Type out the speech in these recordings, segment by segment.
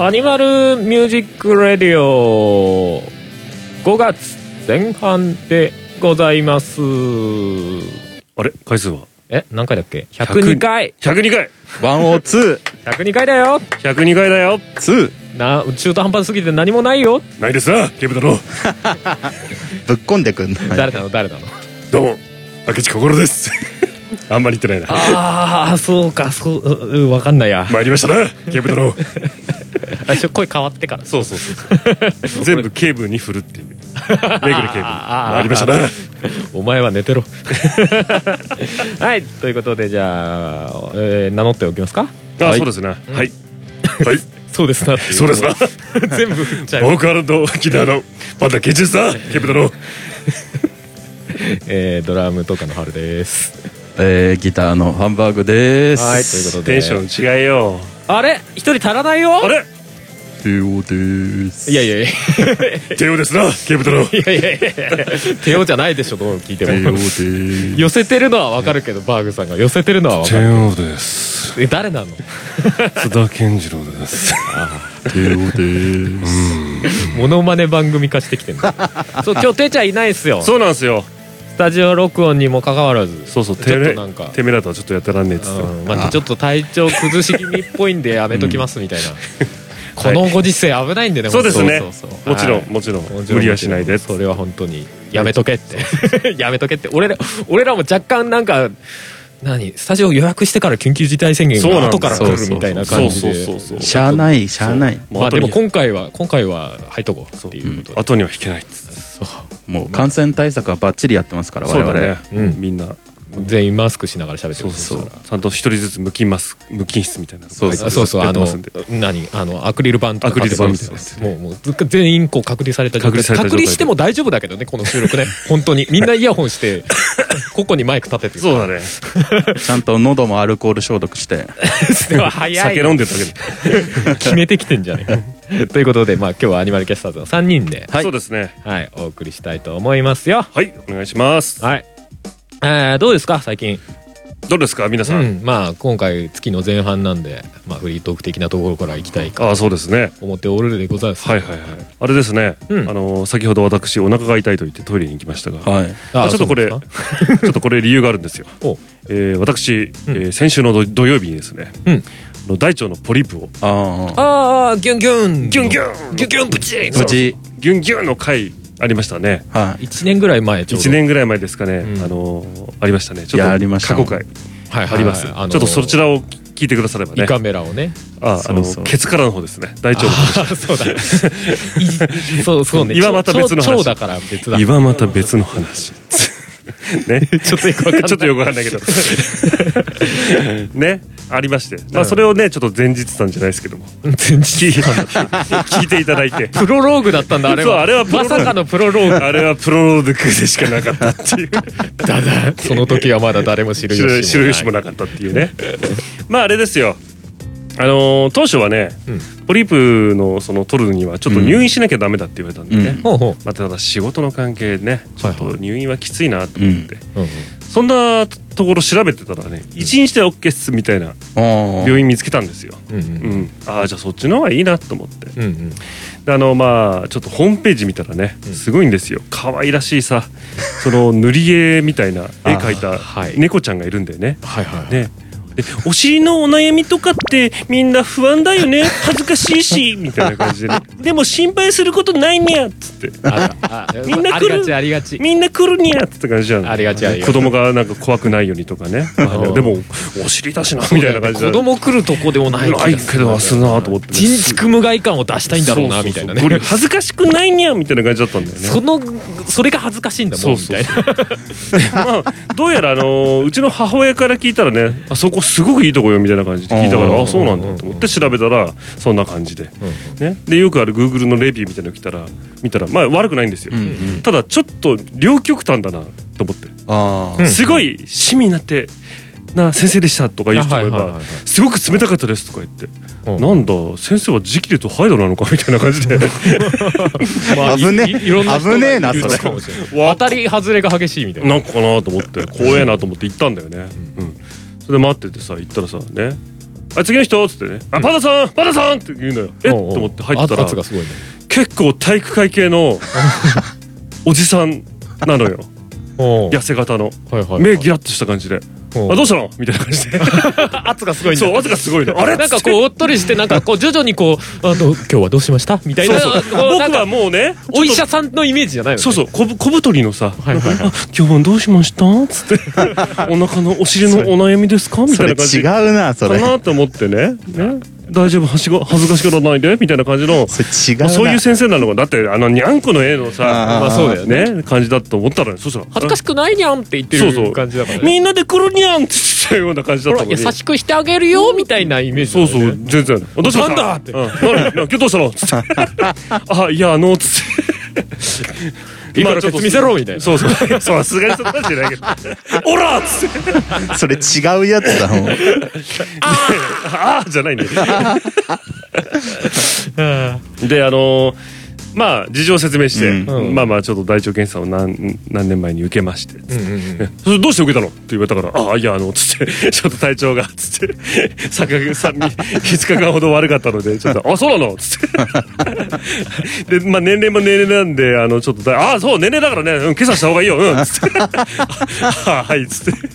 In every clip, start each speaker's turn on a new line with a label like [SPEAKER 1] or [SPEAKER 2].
[SPEAKER 1] アニマルミュージックレディオ5月前半でございます
[SPEAKER 2] あれ回数は
[SPEAKER 1] え何回だっけ102回
[SPEAKER 2] ?102 回
[SPEAKER 3] ワンオーツ
[SPEAKER 1] 102回だよ
[SPEAKER 2] !102 回だよ
[SPEAKER 3] ー、ツー、
[SPEAKER 1] な中途半端すぎて何もないよ
[SPEAKER 2] ないですな、警部殿。
[SPEAKER 3] ぶっこんでくんの。
[SPEAKER 1] 誰なの誰なの
[SPEAKER 2] どうも、明智心です。 あんまり言ってないな。
[SPEAKER 1] ああそうかそうううわかんないや
[SPEAKER 2] 参りましたな、警部殿。
[SPEAKER 1] あちょ声変わってから
[SPEAKER 2] そうそうそう。全部警部に振るっていう。めぐる警部に。
[SPEAKER 1] あー
[SPEAKER 2] 参りましたな。
[SPEAKER 1] お前は寝 てろはいということでじゃあ、えー名乗っておきますか
[SPEAKER 2] あ、
[SPEAKER 1] はい
[SPEAKER 2] そうですね。はい。はい。
[SPEAKER 1] そうですなってい
[SPEAKER 2] そうですな。
[SPEAKER 1] 全部振っちゃう、
[SPEAKER 2] ボーカルの沖縄のパンダケチですな、警部殿。
[SPEAKER 1] えードラムとかの春です
[SPEAKER 3] えー、ギターのハンバーグでーす。
[SPEAKER 1] はいということで
[SPEAKER 2] テンション違いよ。
[SPEAKER 1] あれ一人足らないよ
[SPEAKER 2] あれ
[SPEAKER 3] テオでーす。
[SPEAKER 1] いやいやいや
[SPEAKER 2] 帝王ですな、警部殿。
[SPEAKER 1] いやいやいや手をじゃないでしょどう聞いて
[SPEAKER 3] テオで
[SPEAKER 1] も
[SPEAKER 3] ーす。
[SPEAKER 1] 寄せてるのはわかるけどバーグさんが寄せてるのはわかる
[SPEAKER 2] 王です。
[SPEAKER 1] え誰なの
[SPEAKER 2] 津田健次郎です。
[SPEAKER 3] テオでーす。
[SPEAKER 1] モノマネ番組化してきてるそう今日てーちゃんいないっすよス
[SPEAKER 2] そうなんですよ。
[SPEAKER 1] タジオ録音にもかかわらず
[SPEAKER 2] そうそう、
[SPEAKER 1] ち
[SPEAKER 2] て
[SPEAKER 1] ょっ
[SPEAKER 2] め
[SPEAKER 1] となんか
[SPEAKER 2] てめえらとはちょっとやってらんねえっつって
[SPEAKER 1] うんまあ、ちょっと体調崩し気味っぽいんでやめときますみたいな、このご時世危ないんでね
[SPEAKER 2] そうですね
[SPEAKER 1] 本当そうそうそう
[SPEAKER 2] もちろん
[SPEAKER 1] は
[SPEAKER 2] もちろん
[SPEAKER 1] いもちろん
[SPEAKER 2] 無理はしないで
[SPEAKER 1] それは本当にやめとけってやめとけって俺ら俺らも若干なんか何スタジオ予約してから緊急事態宣言
[SPEAKER 2] そうな
[SPEAKER 1] が
[SPEAKER 2] んだ
[SPEAKER 1] 後から来るみたいな感じで
[SPEAKER 2] そうそうそうそう
[SPEAKER 3] しゃあない、しゃあない。
[SPEAKER 1] まあでも
[SPEAKER 2] 後に
[SPEAKER 1] 今回は今回は入っとこうっていうことで
[SPEAKER 2] 後には引けないっつって
[SPEAKER 3] もう感染対策はバッチリやってますから、我
[SPEAKER 2] そう
[SPEAKER 3] 々。
[SPEAKER 2] だね
[SPEAKER 1] うん
[SPEAKER 2] みんな
[SPEAKER 1] 全員マスクしながら喋って
[SPEAKER 2] そう
[SPEAKER 1] る
[SPEAKER 2] そうそうちゃんと一人ずつ無菌マス無菌室みたいな
[SPEAKER 3] そう
[SPEAKER 1] あそうそう
[SPEAKER 2] や
[SPEAKER 1] あ
[SPEAKER 2] ってま
[SPEAKER 1] の
[SPEAKER 2] すんで
[SPEAKER 1] 何あのアクリル板とか
[SPEAKER 2] アクリル板みたいなやつ
[SPEAKER 1] もうもうずっと全員こう隔離された状態
[SPEAKER 2] 隔離された状態で
[SPEAKER 1] 隔離しても大丈夫だけどねこの収録ね本当にみんなイヤホンしてここにマイク立てて
[SPEAKER 2] そうだね
[SPEAKER 3] ちゃんと喉もアルコール消毒して。
[SPEAKER 1] では早
[SPEAKER 2] 酒
[SPEAKER 1] い
[SPEAKER 2] 飲んでるだけで
[SPEAKER 1] 決めてきてんじゃねえか ということでまあ今日はアニマルキャスターズの3人で
[SPEAKER 2] はいそうですね
[SPEAKER 1] はいお送りしたいと思いますよ
[SPEAKER 2] はいお願いします
[SPEAKER 1] はいえーどうですか最近
[SPEAKER 2] どうですか皆
[SPEAKER 1] う
[SPEAKER 2] さん
[SPEAKER 1] んまあ今回月の前半なんでまあフリートーク的なところから行きたいか
[SPEAKER 2] ああそうですね
[SPEAKER 1] 思っておるでございます
[SPEAKER 2] はいはいはいあれですねあ
[SPEAKER 1] うん
[SPEAKER 2] の先ほど私お腹が痛いと言ってトイレに行きましたが
[SPEAKER 3] はい。
[SPEAKER 2] あちょっとこ れち
[SPEAKER 1] そう
[SPEAKER 2] ょ
[SPEAKER 1] です
[SPEAKER 2] っとこれ理由があるんですよ
[SPEAKER 1] かお
[SPEAKER 2] えー私
[SPEAKER 1] うん
[SPEAKER 2] えー先週の土土曜日にですね
[SPEAKER 1] うん
[SPEAKER 2] あの大腸のポリープを
[SPEAKER 3] ああ。
[SPEAKER 1] ああギュンギュン
[SPEAKER 2] ギュンギュン
[SPEAKER 1] ギュンギュンブチ
[SPEAKER 3] 無事。
[SPEAKER 2] ギュンギュンの回ありましたね
[SPEAKER 3] はい。
[SPEAKER 1] 1年ぐらい前ちょうど
[SPEAKER 2] 1年ぐらい前ですかね、
[SPEAKER 1] うん
[SPEAKER 2] あのーありましたねち
[SPEAKER 3] い
[SPEAKER 2] ょっ
[SPEAKER 3] や
[SPEAKER 2] と
[SPEAKER 3] ありました
[SPEAKER 2] 過去回
[SPEAKER 1] はいはい
[SPEAKER 2] あります、
[SPEAKER 1] あの
[SPEAKER 2] ちょっとそちらを聞いてくださればね
[SPEAKER 1] 胃カメラをね
[SPEAKER 2] ああの
[SPEAKER 3] そうそう
[SPEAKER 2] ケツからの方ですね大腸の
[SPEAKER 1] あーそうだ いそうそうね
[SPEAKER 2] 胃はまた別の話
[SPEAKER 1] 腸だから別だ
[SPEAKER 2] 方はまた別 の話ね
[SPEAKER 1] ちょっとよくわかんない
[SPEAKER 2] ちょっとよくわかんない けどねありまして、まあ、それをねちょっと前日さんじゃないですけども
[SPEAKER 1] 全
[SPEAKER 2] 聞 い
[SPEAKER 1] 然
[SPEAKER 2] 聞いていただいて
[SPEAKER 1] プロローグだったんだあれ
[SPEAKER 2] そう
[SPEAKER 1] は
[SPEAKER 2] あれはプロロ
[SPEAKER 1] ま
[SPEAKER 2] ーグ
[SPEAKER 1] さかのプロローグ
[SPEAKER 2] あれはプロローグでしかなかったって いう
[SPEAKER 1] だだその時はまだ誰も知る由もない
[SPEAKER 2] 知る由もなかったっていうね まああれですよあのー当初はね、
[SPEAKER 1] うん
[SPEAKER 2] ポリープのその取るにはちょっと入院しなきゃダメだって言われたんでね、
[SPEAKER 3] うん
[SPEAKER 1] ほうほ
[SPEAKER 2] まあ、ただ仕事の関係でねちょっ
[SPEAKER 1] はい
[SPEAKER 2] と
[SPEAKER 1] は
[SPEAKER 2] 入院はきついなと思って、
[SPEAKER 1] う、うんうん
[SPEAKER 2] そんなところ調べてたらね一日で OK っすみたいな
[SPEAKER 3] ああ。
[SPEAKER 2] 病院見つけたんですよ、
[SPEAKER 1] うんう
[SPEAKER 2] うんん、ああじゃあそっちの方がいいなと思って
[SPEAKER 1] うんうん
[SPEAKER 2] であのまあちょっとホームページ見たらね
[SPEAKER 1] うん
[SPEAKER 2] すごいんですよ可愛らしいさその 塗り絵みたいな絵描い
[SPEAKER 1] あ
[SPEAKER 2] た
[SPEAKER 1] はい
[SPEAKER 2] 猫ちゃんがいるんだよね、
[SPEAKER 1] はいはい、
[SPEAKER 2] ねでお尻のお悩みとかってみんな不安だよね恥ずかしい しみたいな感じで、ね、でも心配することないにゃっつって
[SPEAKER 1] あらあ
[SPEAKER 2] みんな
[SPEAKER 1] あ
[SPEAKER 2] 来
[SPEAKER 1] り
[SPEAKER 2] る
[SPEAKER 1] がちありがち
[SPEAKER 2] みんな来るにゃって感じじゃない
[SPEAKER 1] ありがちありがち
[SPEAKER 2] 子供がなんか怖くないようにとかね
[SPEAKER 1] うん
[SPEAKER 2] でもお尻だしなみたいな感じ
[SPEAKER 1] 子供来るとこでもない気が
[SPEAKER 2] な
[SPEAKER 1] する
[SPEAKER 2] いけど明日なと思って
[SPEAKER 1] 人畜無害感を出したいんだろうなみたいなね
[SPEAKER 2] そうそうそうこれ恥ずかしくないにゃみたいな感じだったんだよね
[SPEAKER 1] そのそれが恥ずかしいんだもんみたいな
[SPEAKER 2] まあ、どうやらあのうちの母親から聞いたらねあそこすごくいいとこよみたいな感じで聞いたか
[SPEAKER 3] うん
[SPEAKER 2] らあそうなんだと思って調べたらそんな感じで,、ね、でよくある Google のレビューみたいなの来たら見たらまあ悪くないんですよ、
[SPEAKER 3] うんうん
[SPEAKER 2] ただちょっと両極端だなと思って、
[SPEAKER 3] ああ、
[SPEAKER 1] うん
[SPEAKER 2] すごい市民になってな先生でしたとか言う人もいれば、
[SPEAKER 1] あはいはいはいはい
[SPEAKER 2] すごく冷たかったですとか言って、
[SPEAKER 1] うん
[SPEAKER 2] なんだ先生は直で言うとハイドなのかみたいな 感じで
[SPEAKER 1] まあ
[SPEAKER 3] 危ねえ
[SPEAKER 1] いいいろんな人が
[SPEAKER 3] 危ねえない
[SPEAKER 1] る
[SPEAKER 3] それ
[SPEAKER 1] かもしれない当たり外れが激しいみたいな
[SPEAKER 2] なんかかなと思って怖えなと思って行ったんだよね、うん、それで待っててさ行ったらさねあ次の人っつってね「あパダさんパダさん!」って言うのよえっと
[SPEAKER 1] うんうん
[SPEAKER 2] 思って入ったら
[SPEAKER 1] 圧がすごいね
[SPEAKER 2] 結構体育会系のおじさんなのよ
[SPEAKER 1] おう
[SPEAKER 2] 痩せ型の
[SPEAKER 1] はいはいはい
[SPEAKER 2] 目ギラッとした感じで「
[SPEAKER 1] うん
[SPEAKER 2] あどうしたの?」みたいな感じで
[SPEAKER 1] 圧がすごいんだ
[SPEAKER 2] そう圧がすごいのあれ
[SPEAKER 1] なんかこうおっとりしてなんかこう徐々にこうあの今日はどうしましたみたい
[SPEAKER 2] そう
[SPEAKER 1] な
[SPEAKER 2] そう
[SPEAKER 1] こうなん
[SPEAKER 2] 僕
[SPEAKER 1] か
[SPEAKER 2] はもうね
[SPEAKER 1] お医者さんのイメージじゃないのね
[SPEAKER 2] そうそう小ぶ小太りのさ「
[SPEAKER 1] はいはいはい
[SPEAKER 2] あ今日はどうしました?」つって「お腹のお尻のお悩みですか?」み
[SPEAKER 3] そ
[SPEAKER 2] たい
[SPEAKER 3] れ
[SPEAKER 2] な感じ
[SPEAKER 3] 違うなそ
[SPEAKER 2] か
[SPEAKER 3] れ
[SPEAKER 2] なと思ってねね大丈夫はしご恥ずかしがらないでみたいな感じの
[SPEAKER 3] それ違う
[SPEAKER 2] まあ
[SPEAKER 3] な
[SPEAKER 2] そういう先生なのかだってあのにゃんこの絵のさ
[SPEAKER 3] あーまあ
[SPEAKER 1] そうだよね
[SPEAKER 2] 感じだと思ったのよそしたら
[SPEAKER 1] 恥ずかしくないにゃんって言って
[SPEAKER 2] そうそう
[SPEAKER 1] る感じだからね
[SPEAKER 2] みんなで来るにゃんって言ってたような感じだ
[SPEAKER 1] ほ
[SPEAKER 2] っ
[SPEAKER 1] ら
[SPEAKER 2] たの
[SPEAKER 1] 優
[SPEAKER 2] に
[SPEAKER 1] しくしてあげるよみたいなイメージだ
[SPEAKER 2] そ
[SPEAKER 1] よね
[SPEAKER 2] うそう全然あどうしました
[SPEAKER 1] なんだって
[SPEAKER 2] うん何何今日どうしたのつって あいやあのつって
[SPEAKER 1] 今のケツ見せろみたいな
[SPEAKER 2] そ うそうそうさすがにそんなじゃ ないけど「オラ!」っつって
[SPEAKER 3] それ違うやつだもん
[SPEAKER 2] ああじゃないんだよ
[SPEAKER 1] うん
[SPEAKER 2] であのーまあ事情を説明して、
[SPEAKER 1] うん
[SPEAKER 2] まあまあちょっと大腸検査を何何年前に受けまして、
[SPEAKER 1] うんうんうん
[SPEAKER 2] それどうして受けたのって言われたから「ああいやあの」つって「 ちょっと体調が」つって3日間ほど悪かったのでちょっと「あそうなの」つってで、まあ、年齢も年齢なんであのちょっとだ「ああそう年齢だからね、うん、今朝した方がいいようん」つって「 あはい」つって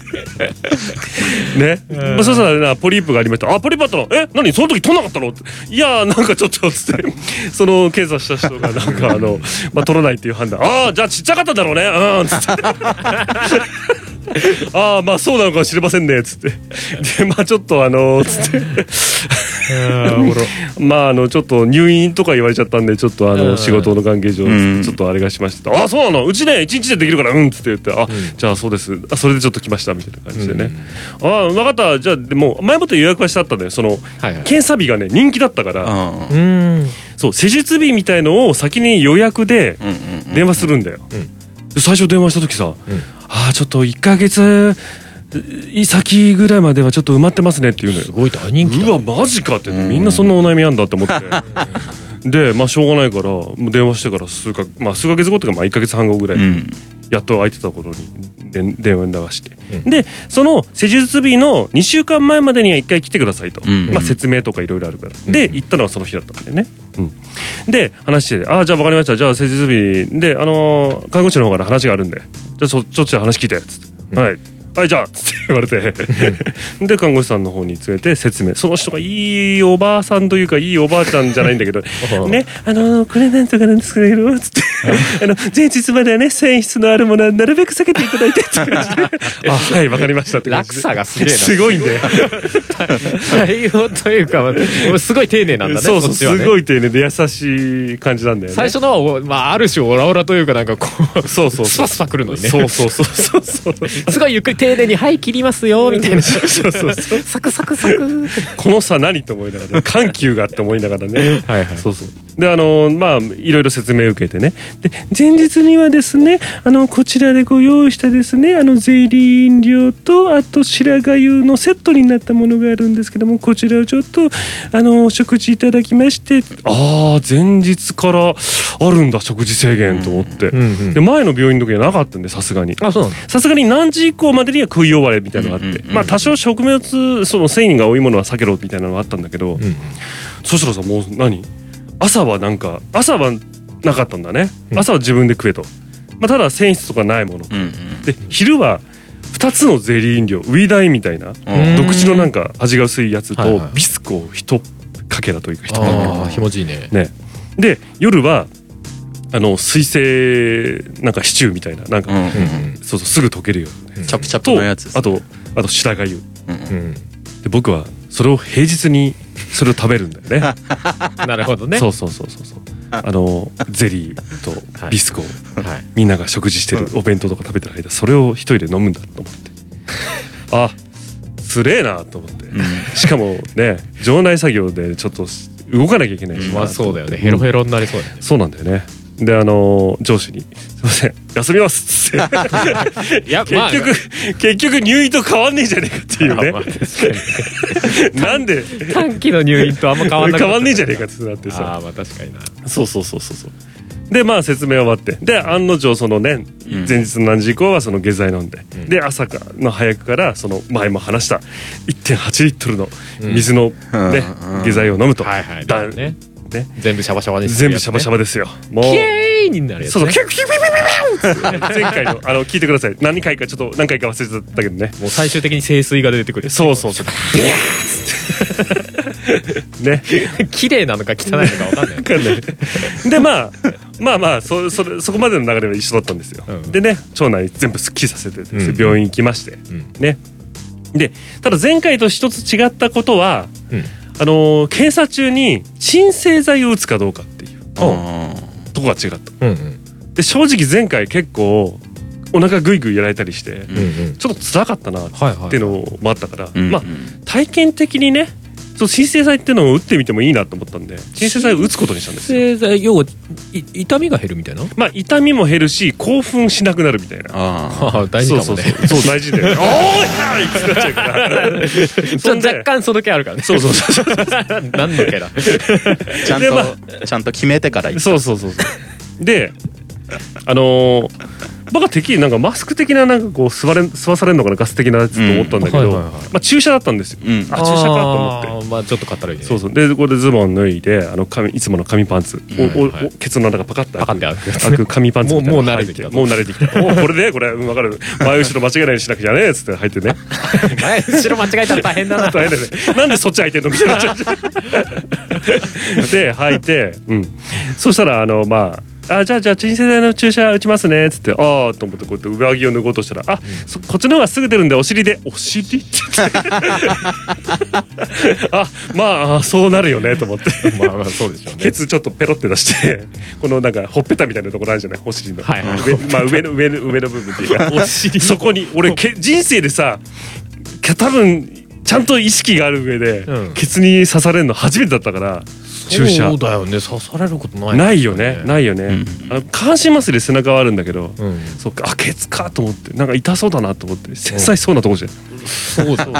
[SPEAKER 2] ね、まあ、そしたらなポリープがありました「あポリープあったのえ何その時取んなかったの?」っていやーなんかちょっと」つって その検査した人がなんかあの、まあ、取らないっていう判断「ああじゃあちっちゃかったんだろうねうん」つって。 ああまあそうなのかもしれませんねつってでまあちょっとあのつってまああのちょっと入院とか言われちゃったんでちょっとあ
[SPEAKER 1] う
[SPEAKER 2] の
[SPEAKER 1] ん
[SPEAKER 2] 仕事の関係上
[SPEAKER 3] ん
[SPEAKER 2] ちょっとあれがしましたああそうなのうちね一日でできるからうんつって言ってあじゃあそうですあそれでちょっと来ましたみたいな感じでねああ分かったじゃあでも前もって予約はしてあったんだよその
[SPEAKER 1] はいはい
[SPEAKER 2] 検査日がね人気だったから
[SPEAKER 3] あ
[SPEAKER 1] う
[SPEAKER 3] ー
[SPEAKER 1] ん
[SPEAKER 2] そう施術日みたいのを先に予約で
[SPEAKER 3] うんうん
[SPEAKER 2] 電話するんだよ、で最初電話した時さ、ああちょっと1ヶ月い先ぐらいまではちょっと埋まってますねって言うのよ
[SPEAKER 1] すごい大 人気だ
[SPEAKER 2] うわマジかってみんなそんなお悩みあんだって思って でまあしょうがないからもう電話してから数か、まあ、数ヶ月後とかまあ1ヶ月半後ぐらい、
[SPEAKER 3] うん
[SPEAKER 2] やっと空いてた頃にで電話に流して、でその施術日の2週間前までには1回来てくださいと、
[SPEAKER 3] ん
[SPEAKER 2] まあ、説明とかいろいろあるから、で行ったのはその日だったんだよね、うん、で話して「ああじゃあ分かりましたじゃあ施術日で、あのー看護師の方から話があるんでじゃあそそっちで話聞いて」つって、はいはいじゃあ」つって言わ れてで看護師さんの方に連れて説明その人がいいおばあさんというかいいおばあちゃんじゃないん だけどねあのーこれなんとかなんですけどつってあの前日まではね繊維質のあるものはなるべく避けていた だいてって感じであはいわかりましたって感じで
[SPEAKER 1] 落差がすげえな
[SPEAKER 2] すごいんだよ
[SPEAKER 1] 対応というか、すごい丁寧なんだね、
[SPEAKER 2] そうそう、
[SPEAKER 1] こっちはね
[SPEAKER 2] すごい丁寧で優しい感じなんだよね
[SPEAKER 1] 最初のはお、まあ、ある種オラオラというか、なんかこう、
[SPEAKER 2] そうそうそう
[SPEAKER 1] スパスパ来るのにね。
[SPEAKER 2] そうそうそうそうそう
[SPEAKER 1] すごいゆっくり丁寧に、はい、切りますよ、みたいな。
[SPEAKER 2] そうそうそう
[SPEAKER 1] サクサクサク。
[SPEAKER 2] この差何と思いなが ら、ね、緩急がって思いながらね
[SPEAKER 1] はいはい。
[SPEAKER 2] そうそうであのまあいろいろ説明を受けてねで前日にはですねあのこちらでご用意したですねあのゼリー飲料とあと白粥のセットになったものがあるんですけどもこちらをちょっとあのお食事いただきましてああ前日からあるんだ食事制限と思って、
[SPEAKER 1] んうん
[SPEAKER 2] で前の病院の時はなかったんでさすがに
[SPEAKER 1] あ、そうなの
[SPEAKER 2] さすがに何時以降までには食い終われみたいなのがあって、
[SPEAKER 3] うんうんうん
[SPEAKER 2] まあ多少食物その繊維が多いものは避けろみたいなのがあったんだけど、
[SPEAKER 1] ん
[SPEAKER 2] そしたらさもう何朝はなんか朝はなかったんだね朝は自分で食えと、まあ、ただ繊維質とかないもの、
[SPEAKER 3] うん
[SPEAKER 2] で昼は2つのゼリー飲料ウィーダイみたいな
[SPEAKER 3] うんうん
[SPEAKER 1] ど
[SPEAKER 2] 独自のなんか味が薄いやつ
[SPEAKER 1] はい
[SPEAKER 2] と
[SPEAKER 1] はい
[SPEAKER 2] ビスコを一かけらというか一かけ
[SPEAKER 1] ああ、ひもじいね。
[SPEAKER 2] ねで夜はあの水性なんかシチューみたいななんか、
[SPEAKER 3] うん
[SPEAKER 2] そうそうすぐ溶けるよ
[SPEAKER 3] チャプチャプ
[SPEAKER 2] と
[SPEAKER 3] のやつです
[SPEAKER 2] あとあと白髪
[SPEAKER 1] うん。
[SPEAKER 2] で僕はそれを平日にそれを食べるんだよね
[SPEAKER 1] なるほどね。
[SPEAKER 2] そうそうそうそうそうあのゼリーとビスコを
[SPEAKER 1] はい。
[SPEAKER 2] みんなが食事してるお弁当とか食べてる間それを一人で飲むんだと思って あつれえなと思ってしかもね場内作業でちょっと動かなきゃいけないし
[SPEAKER 1] まあそうだよね。ヘロヘロになりそうだよね。
[SPEAKER 2] そうなんだよねであの上司に「すいません休みます」っつっ て
[SPEAKER 1] いや
[SPEAKER 2] 結局、結局入院と変わんねえじゃねえかっていうね、
[SPEAKER 1] まあまあ確かに
[SPEAKER 2] なんで
[SPEAKER 1] 短期の入院とあんま変わんなく
[SPEAKER 2] 変わんねえじゃ
[SPEAKER 1] ね
[SPEAKER 2] ねえかってなってさ
[SPEAKER 1] ああまあ確かにな
[SPEAKER 2] そうそうそうそうそうでまあ説明終わってで案の定そのね、前日の何時以降はその下剤飲んで、で朝かの早くからその前も話した1.8リットルの水の、ね
[SPEAKER 3] うんうん
[SPEAKER 2] 下剤を飲むと、
[SPEAKER 1] はいはい
[SPEAKER 2] だ
[SPEAKER 1] だね
[SPEAKER 2] ね
[SPEAKER 1] 全部シャバシャバに
[SPEAKER 2] 全部シャバシャ
[SPEAKER 1] バ
[SPEAKER 2] バですよもう
[SPEAKER 1] キエーイになるやつ
[SPEAKER 2] そうそう
[SPEAKER 1] ね
[SPEAKER 2] キュッキュッキュッキュッキュッキュッ前回のあの聞いてください何回かちょっと何回か忘れてたけどね
[SPEAKER 1] もう最終的に清水が出てくる
[SPEAKER 2] そうそうそうね
[SPEAKER 1] 綺麗なのか汚いのかわかん ない
[SPEAKER 2] わかんないでまあまあまあそそれそこまでの流れは一緒だったんですよ、
[SPEAKER 1] うん
[SPEAKER 2] でね町内全部すっきりさせてですね、
[SPEAKER 1] うん
[SPEAKER 2] 病院行きまして、
[SPEAKER 1] ん
[SPEAKER 2] ねでただ前回と一つ違ったことは
[SPEAKER 1] うん
[SPEAKER 2] あのー検査中に鎮静剤を打つかどうかっていうとこが違った
[SPEAKER 1] うんうん
[SPEAKER 2] で正直前回結構お腹グイグイやられたりして、
[SPEAKER 1] うんうん
[SPEAKER 2] ちょっと辛かったなっ
[SPEAKER 1] はいはい
[SPEAKER 2] ていうのもあったから、
[SPEAKER 3] うん
[SPEAKER 2] まあ体験的にねそう鎮静剤っていうのを打ってみてもいいなと思ったんで鎮静剤を打つことにしたんですよ
[SPEAKER 1] 鎮静剤要はい痛みが減るみたいな
[SPEAKER 2] まあ、痛みも減るし興奮しなくなるみたいな。
[SPEAKER 3] あ
[SPEAKER 1] ああ大事かも
[SPEAKER 2] そう
[SPEAKER 1] ね
[SPEAKER 2] そうそうそう大事だよね。おーいはいってなっちゃうから。そんで
[SPEAKER 1] 若干その気あるからね
[SPEAKER 2] そうそうそうそう。
[SPEAKER 1] 何の気だ
[SPEAKER 3] あちゃん
[SPEAKER 2] で
[SPEAKER 3] と、
[SPEAKER 2] ま
[SPEAKER 3] ちゃんと決めてから行く
[SPEAKER 2] そうそうそうそう。で、あのー、僕はてっきりなんかマスク的ななんかこう吸われ吸わされるのかなガス的なやつと思ったんだけど、
[SPEAKER 1] うんはいはいはい
[SPEAKER 2] まあ注射だったんですよ。
[SPEAKER 3] うん
[SPEAKER 2] あ注射かと思って。
[SPEAKER 1] ってまあちょっと語るよね
[SPEAKER 2] そうそうでここでズボン脱いであの紙いつもの紙パンツ、おお
[SPEAKER 1] はいはい
[SPEAKER 2] おケツの中がパカッと
[SPEAKER 1] パカッて
[SPEAKER 2] 開
[SPEAKER 1] 開
[SPEAKER 2] く
[SPEAKER 1] くやつ
[SPEAKER 2] 開く紙パンツみたいなの
[SPEAKER 1] もうもう慣れてきた
[SPEAKER 2] もう慣れてきたおこれでこれ、うん、分かる前後ろ間違いないようにしなくちゃねえっつって入って ね
[SPEAKER 1] 前後ろ間違えたら大変だな
[SPEAKER 2] 大変だよねなんでそっち開いてんのみた いなで履いて、うん、そしたらあのまああじゃあじゃあ鎮静剤の注射打ちますねっつってああと思ってこうやって上着を脱ごうとしたらあ、そこっちの方がすぐ出るんでお尻でお尻って言って あまああそうなるよねと思って
[SPEAKER 1] まあまあそうでしょうね
[SPEAKER 2] ケツちょっとペロって出して、 このなんかほっぺたみたいなところあるじゃない、お尻の。
[SPEAKER 1] はいはい
[SPEAKER 2] 上まあ上の上の上の部分っていうか、
[SPEAKER 1] お尻
[SPEAKER 2] そこに俺け人生でさ、け多分ちゃんと意識がある上で、
[SPEAKER 1] うん
[SPEAKER 2] ケツに刺されるの初めてだったから、注射
[SPEAKER 1] そうだよね刺されることない
[SPEAKER 2] ないよね、ないよね。
[SPEAKER 3] ん
[SPEAKER 2] あの下半身麻酔で背中はあるんだけど。
[SPEAKER 1] うん
[SPEAKER 2] そっかあケツかと思ってなんか痛そうだなと思って繊細そうなとこじゃん
[SPEAKER 1] そうだね